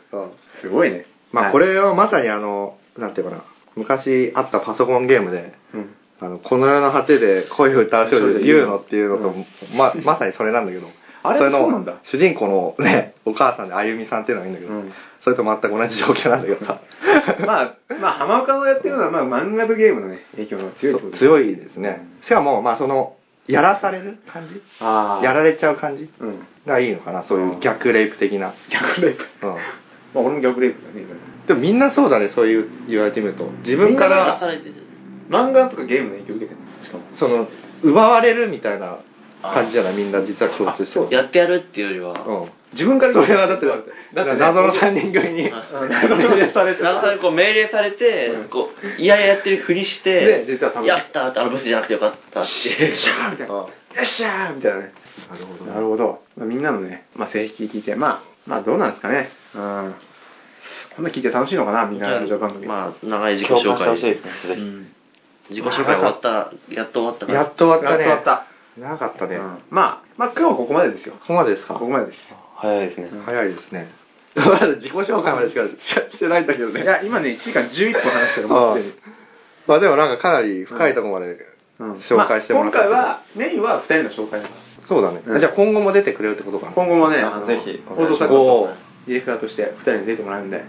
Speaker 4: すごいね。
Speaker 2: ま
Speaker 4: は
Speaker 2: あ
Speaker 4: い
Speaker 2: これはまさにあのなんていうかな昔あったパソコンゲームで
Speaker 4: うん。
Speaker 2: あのこの世の果てで恋を歌う少女で言うのっていうのと、ままさにそれなんだけど
Speaker 4: あれ
Speaker 2: それ
Speaker 4: そうなんだ
Speaker 2: の主人公のねお母さんであゆみさんっていうのがいいんだけど、
Speaker 4: うん
Speaker 2: それと全く同じ状況なんだけ
Speaker 4: [laughs]
Speaker 2: どさ
Speaker 4: まあ、まあ、浜岡のやってるのは、まあ、漫画とゲームのね、影響が強いってことい。
Speaker 2: 強いですねしかもまあそのやらされる感じ
Speaker 4: ああ。
Speaker 2: やられちゃう感じ
Speaker 4: うん。
Speaker 2: がいいのかなそういう逆レイプ的な、
Speaker 4: 逆レイプ。
Speaker 2: うん、
Speaker 4: まあ、俺も逆レイプだね、今
Speaker 2: でもみんなそうだねそういう言われてみると自分か
Speaker 5: やら
Speaker 2: ら
Speaker 5: されてる
Speaker 4: 漫画とかゲームの影響受けてるしかも。
Speaker 2: その奪われるみたいな感じじゃないみんな実は共通してる
Speaker 5: やってやるっていうよりは、
Speaker 2: うん
Speaker 4: 自分から
Speaker 2: それはだってだって、謎の3人組
Speaker 4: [laughs]
Speaker 2: に命令されて
Speaker 5: なんか [laughs] こう命令されて、こう、いやいややってるふりして、
Speaker 4: で実はたまに
Speaker 5: やったーって、あのブスじゃなくてよかった
Speaker 4: あ
Speaker 5: って。
Speaker 4: ーみたいな。よっしゃーみたいなね。
Speaker 2: なるほど
Speaker 4: なるほど。まあみんなのね、まあ、性癖聞いて、まあ、まあ、どうなんですかね。うん。こんな聞いて楽しいのかな、みんなのラジオ番組。
Speaker 5: まあ、長い自己
Speaker 6: ょ共
Speaker 5: 紹
Speaker 6: 感してほ
Speaker 5: 介
Speaker 6: しいですねぜひ
Speaker 4: うん。
Speaker 5: 自己紹介終わった、やっと終わったから。
Speaker 2: やっと終わ
Speaker 4: やっ
Speaker 2: ったね
Speaker 4: と終わった。
Speaker 2: 長かったね、
Speaker 4: うんまあ、まあ、今日はここまでですよ。
Speaker 2: ここまでですか
Speaker 4: ここまでです。
Speaker 6: 早いですね
Speaker 4: うん
Speaker 2: 早いですね [laughs] まだ自己紹介までしかしてないんだけどね
Speaker 4: いや、今ね、1時間11分話してるもん、すでに
Speaker 2: まあでもなんかかなり深いところまで、
Speaker 4: うん
Speaker 2: 紹介してもらったけど
Speaker 4: まあ今回は、メインは2人の紹介だから
Speaker 2: そうだね、
Speaker 4: うん
Speaker 2: じゃあ今後も出てくれるってことかな
Speaker 4: 今後もね、
Speaker 6: あ
Speaker 4: あの
Speaker 6: ぜひお
Speaker 4: 放
Speaker 6: 願いします
Speaker 4: 送作家
Speaker 2: お
Speaker 4: と
Speaker 2: ー
Speaker 4: ディレクターとして2人に出てもらうんで、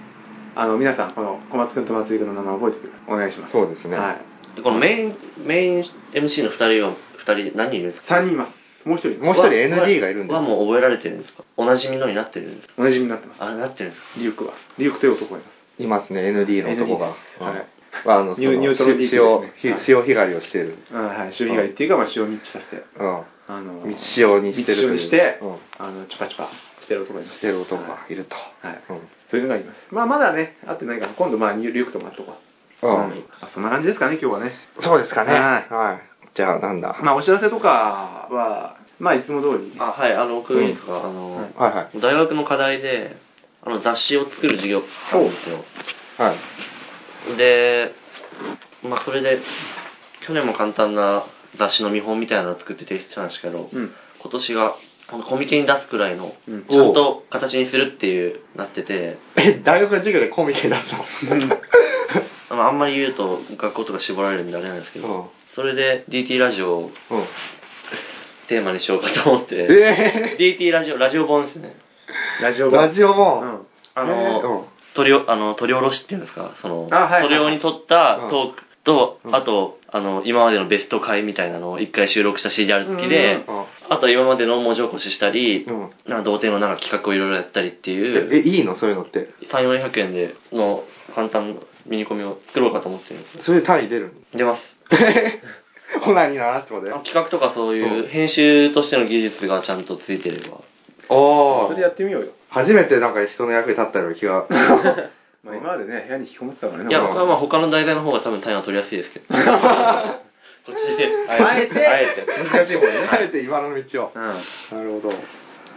Speaker 4: あの、皆さん、この小松くんと松井くんの名前覚えてください。お願いします。
Speaker 2: そうですね、
Speaker 4: はい。
Speaker 5: このメイン、メイン MC の二人は、二人何人いるんですか
Speaker 4: 3人います。もう1人、
Speaker 2: もう一人 ND がいるんで
Speaker 5: はもう覚えられてるんですかおなじみのになってるんですか
Speaker 4: おなじみになってます。
Speaker 5: あ、なってるんです
Speaker 4: リュックは。リュックという男がいます。
Speaker 2: いますね ND の男が、
Speaker 4: ND はい
Speaker 2: まああのそ
Speaker 4: ニューニュ
Speaker 2: の
Speaker 4: ートラルディープ
Speaker 2: 潮
Speaker 4: ですね
Speaker 2: ひ潮干狩りをしてる、
Speaker 4: うん、はい、潮被害っていうか、まあ、潮満ちさせて、
Speaker 2: うん、
Speaker 4: あの、
Speaker 2: 道潮にしてるとい
Speaker 4: 道潮
Speaker 2: う
Speaker 4: にして、
Speaker 2: うん
Speaker 4: あの、チョカチョカしてる男がいます。
Speaker 2: してる男
Speaker 4: は
Speaker 2: がいると、
Speaker 4: い。はい
Speaker 2: うん
Speaker 4: そういうのがいます。まあ、まだね、会ってないから、今度、まあ、ニューリュックとも会っとこう。
Speaker 2: うん
Speaker 4: あそんな感じですかね、今日はね。
Speaker 2: そうですかね
Speaker 4: はい
Speaker 2: はい、じゃあなんだ、
Speaker 4: まあ、お知らせとかは、まあ、いつも通り。
Speaker 5: かあ、はい、あの、僕いいですか、あの、
Speaker 4: はい
Speaker 2: はいは
Speaker 5: 大学の課題で、あの、雑誌を作る授業があるんですよ。
Speaker 2: いはい
Speaker 5: で、まあ、それで、去年も簡単な雑誌の見本みたいなのを作って提出したんですけど、
Speaker 4: うん。
Speaker 5: 今年が、このコミケに出すくらいの、
Speaker 4: うん
Speaker 5: ちゃんと形にするっていう、なってて、
Speaker 2: え大学の授業でコミケに出すの
Speaker 5: あのあんまり言うと学校とか絞られるんであれなんですけ
Speaker 2: う
Speaker 5: ど、
Speaker 2: ん
Speaker 5: それで DT ラジオを
Speaker 2: うん
Speaker 5: テーマにしようかと思って、
Speaker 2: え
Speaker 5: DT ラジオ、ラジオ本ですね。
Speaker 4: ラジ
Speaker 2: ー、
Speaker 4: オ
Speaker 2: ラジオ
Speaker 4: オう
Speaker 2: も、
Speaker 4: ん。あ
Speaker 2: あ
Speaker 4: の、
Speaker 5: 取りおあの取り下ろしっていうんですかその、
Speaker 4: あはい
Speaker 5: それをに撮った
Speaker 2: うん
Speaker 5: トークと、
Speaker 2: うん
Speaker 5: あとあの今までのベスト回みたいなのを一回収録した CD ある時で、
Speaker 4: うん
Speaker 5: あと今までの文字起こししたり、
Speaker 2: うんうん
Speaker 5: なんか童貞のなんか企画をいろいろやったりって
Speaker 2: ええ
Speaker 5: いう
Speaker 2: いいのそういうのって
Speaker 5: 3400円での簡単なミニコミを作ろうかと思ってるんです
Speaker 2: それで単位出るの
Speaker 5: 出ます
Speaker 2: ほなにならってことで
Speaker 5: あの企画とかそういうう編集としての技術がちゃんとついてれば
Speaker 2: あ
Speaker 4: それやってみようよ。
Speaker 2: 初めてなんか人の役に立ったような気が。
Speaker 4: まあ、今までね、部屋に引きこもってたからね。
Speaker 5: いや、
Speaker 4: 俺
Speaker 5: 僕はまあ他の題材の方が多分単位は取りやすいですけど。こっちで。
Speaker 4: あえて
Speaker 5: あえて。
Speaker 4: 難しい方にね。
Speaker 2: あえて今の道を。
Speaker 5: うん。
Speaker 2: なるほど。
Speaker 5: だか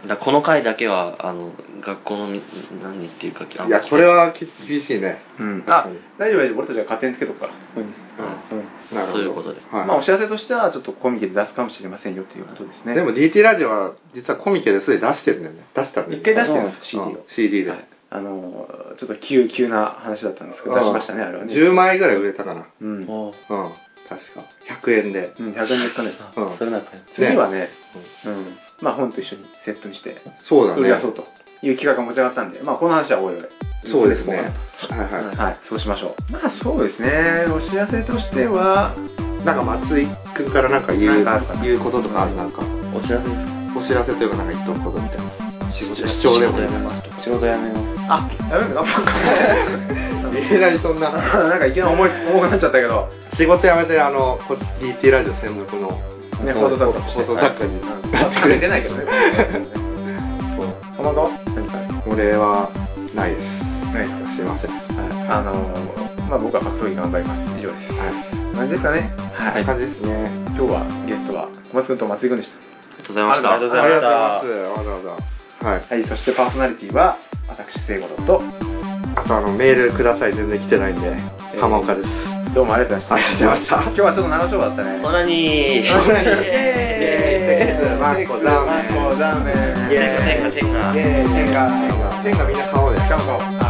Speaker 5: らこの回だけは、あの、学校のみ何っていうか、あ
Speaker 2: いや、これはき厳しいね。
Speaker 4: うん。あ、大丈夫大丈夫。俺たちが勝手につけとくから。
Speaker 5: う
Speaker 4: うん。
Speaker 2: なるほど。
Speaker 5: そういうことです
Speaker 2: はい
Speaker 4: まあ、お知らせとしては、ちょっとコミケで出すかもしれませんよということですね。
Speaker 2: でも DT ラジオは実はコミケですでに出してるんだよね。出したんだよ
Speaker 4: 一回出してるんです
Speaker 2: う
Speaker 4: CD を
Speaker 2: CD で。
Speaker 4: はいあのー、ちょっと急、急な話だったんですけど、出しましたね、あれはね。
Speaker 2: 10枚ぐらい売れたかな。
Speaker 4: うん。うん、
Speaker 5: ん。
Speaker 2: うん。確か。100円で。
Speaker 4: 100円ですかね。
Speaker 2: うん
Speaker 5: そ。れなんかね。
Speaker 4: 次はね、うん。まあ、本と一緒にセットにして、
Speaker 2: そうだ
Speaker 4: 売り出そう
Speaker 2: ね。
Speaker 4: という企画が持ち上がったんで、まあ、この話はおいおい。
Speaker 2: そうですね。はいはい。
Speaker 4: はい、そうしましょう。まあ、そうですね。お知らせとしては、
Speaker 2: なんか松井君からなんか言う
Speaker 4: なんか
Speaker 2: 言うこととかあるなんか
Speaker 5: お知らせです。
Speaker 2: お知らせというかなんか言っとくことみたいな
Speaker 5: 視
Speaker 2: 視聴でも
Speaker 5: や
Speaker 2: ね
Speaker 5: めますとか。
Speaker 6: 仕事辞めます。
Speaker 4: あ、やめるのか
Speaker 2: いきなりそんな
Speaker 4: なんかいきなり重い重くなっちゃったけど、
Speaker 2: 仕事辞めてあのこ DT ラジオ専属の
Speaker 4: ね、放送作家として。
Speaker 2: 放送作家に
Speaker 4: うんまあ作れてないけどね。か
Speaker 2: そう
Speaker 4: まど何か
Speaker 2: 俺はないです
Speaker 4: ないです
Speaker 2: すいませんは
Speaker 4: かあのー、まあ僕は格闘技頑張ります。以上です。
Speaker 2: いはい
Speaker 4: 感じですかね。
Speaker 2: こん
Speaker 4: は
Speaker 2: な感じですね
Speaker 4: 今日はゲストは小松君と松井君でした。
Speaker 5: ありがとうございました。
Speaker 4: ありがとうご
Speaker 2: ありがとうござい
Speaker 5: ありがとうござ
Speaker 2: ます
Speaker 5: いま
Speaker 2: わざわざはい
Speaker 4: はい、そしてパーソナリティは、私、聖五郎と、
Speaker 2: あとあのメールください全然来てないんで浜岡です
Speaker 4: どうもありがとうございました。
Speaker 2: ありがとうございました
Speaker 4: 今日はちょっと長丁場だったね
Speaker 5: [laughs] す。。オナニー。
Speaker 4: えー
Speaker 2: マッコラーメン
Speaker 4: マッコラーメン
Speaker 5: 天下天下天下
Speaker 4: イェーイ天下天下
Speaker 2: 天がみんな買おうです
Speaker 4: 頑張ろう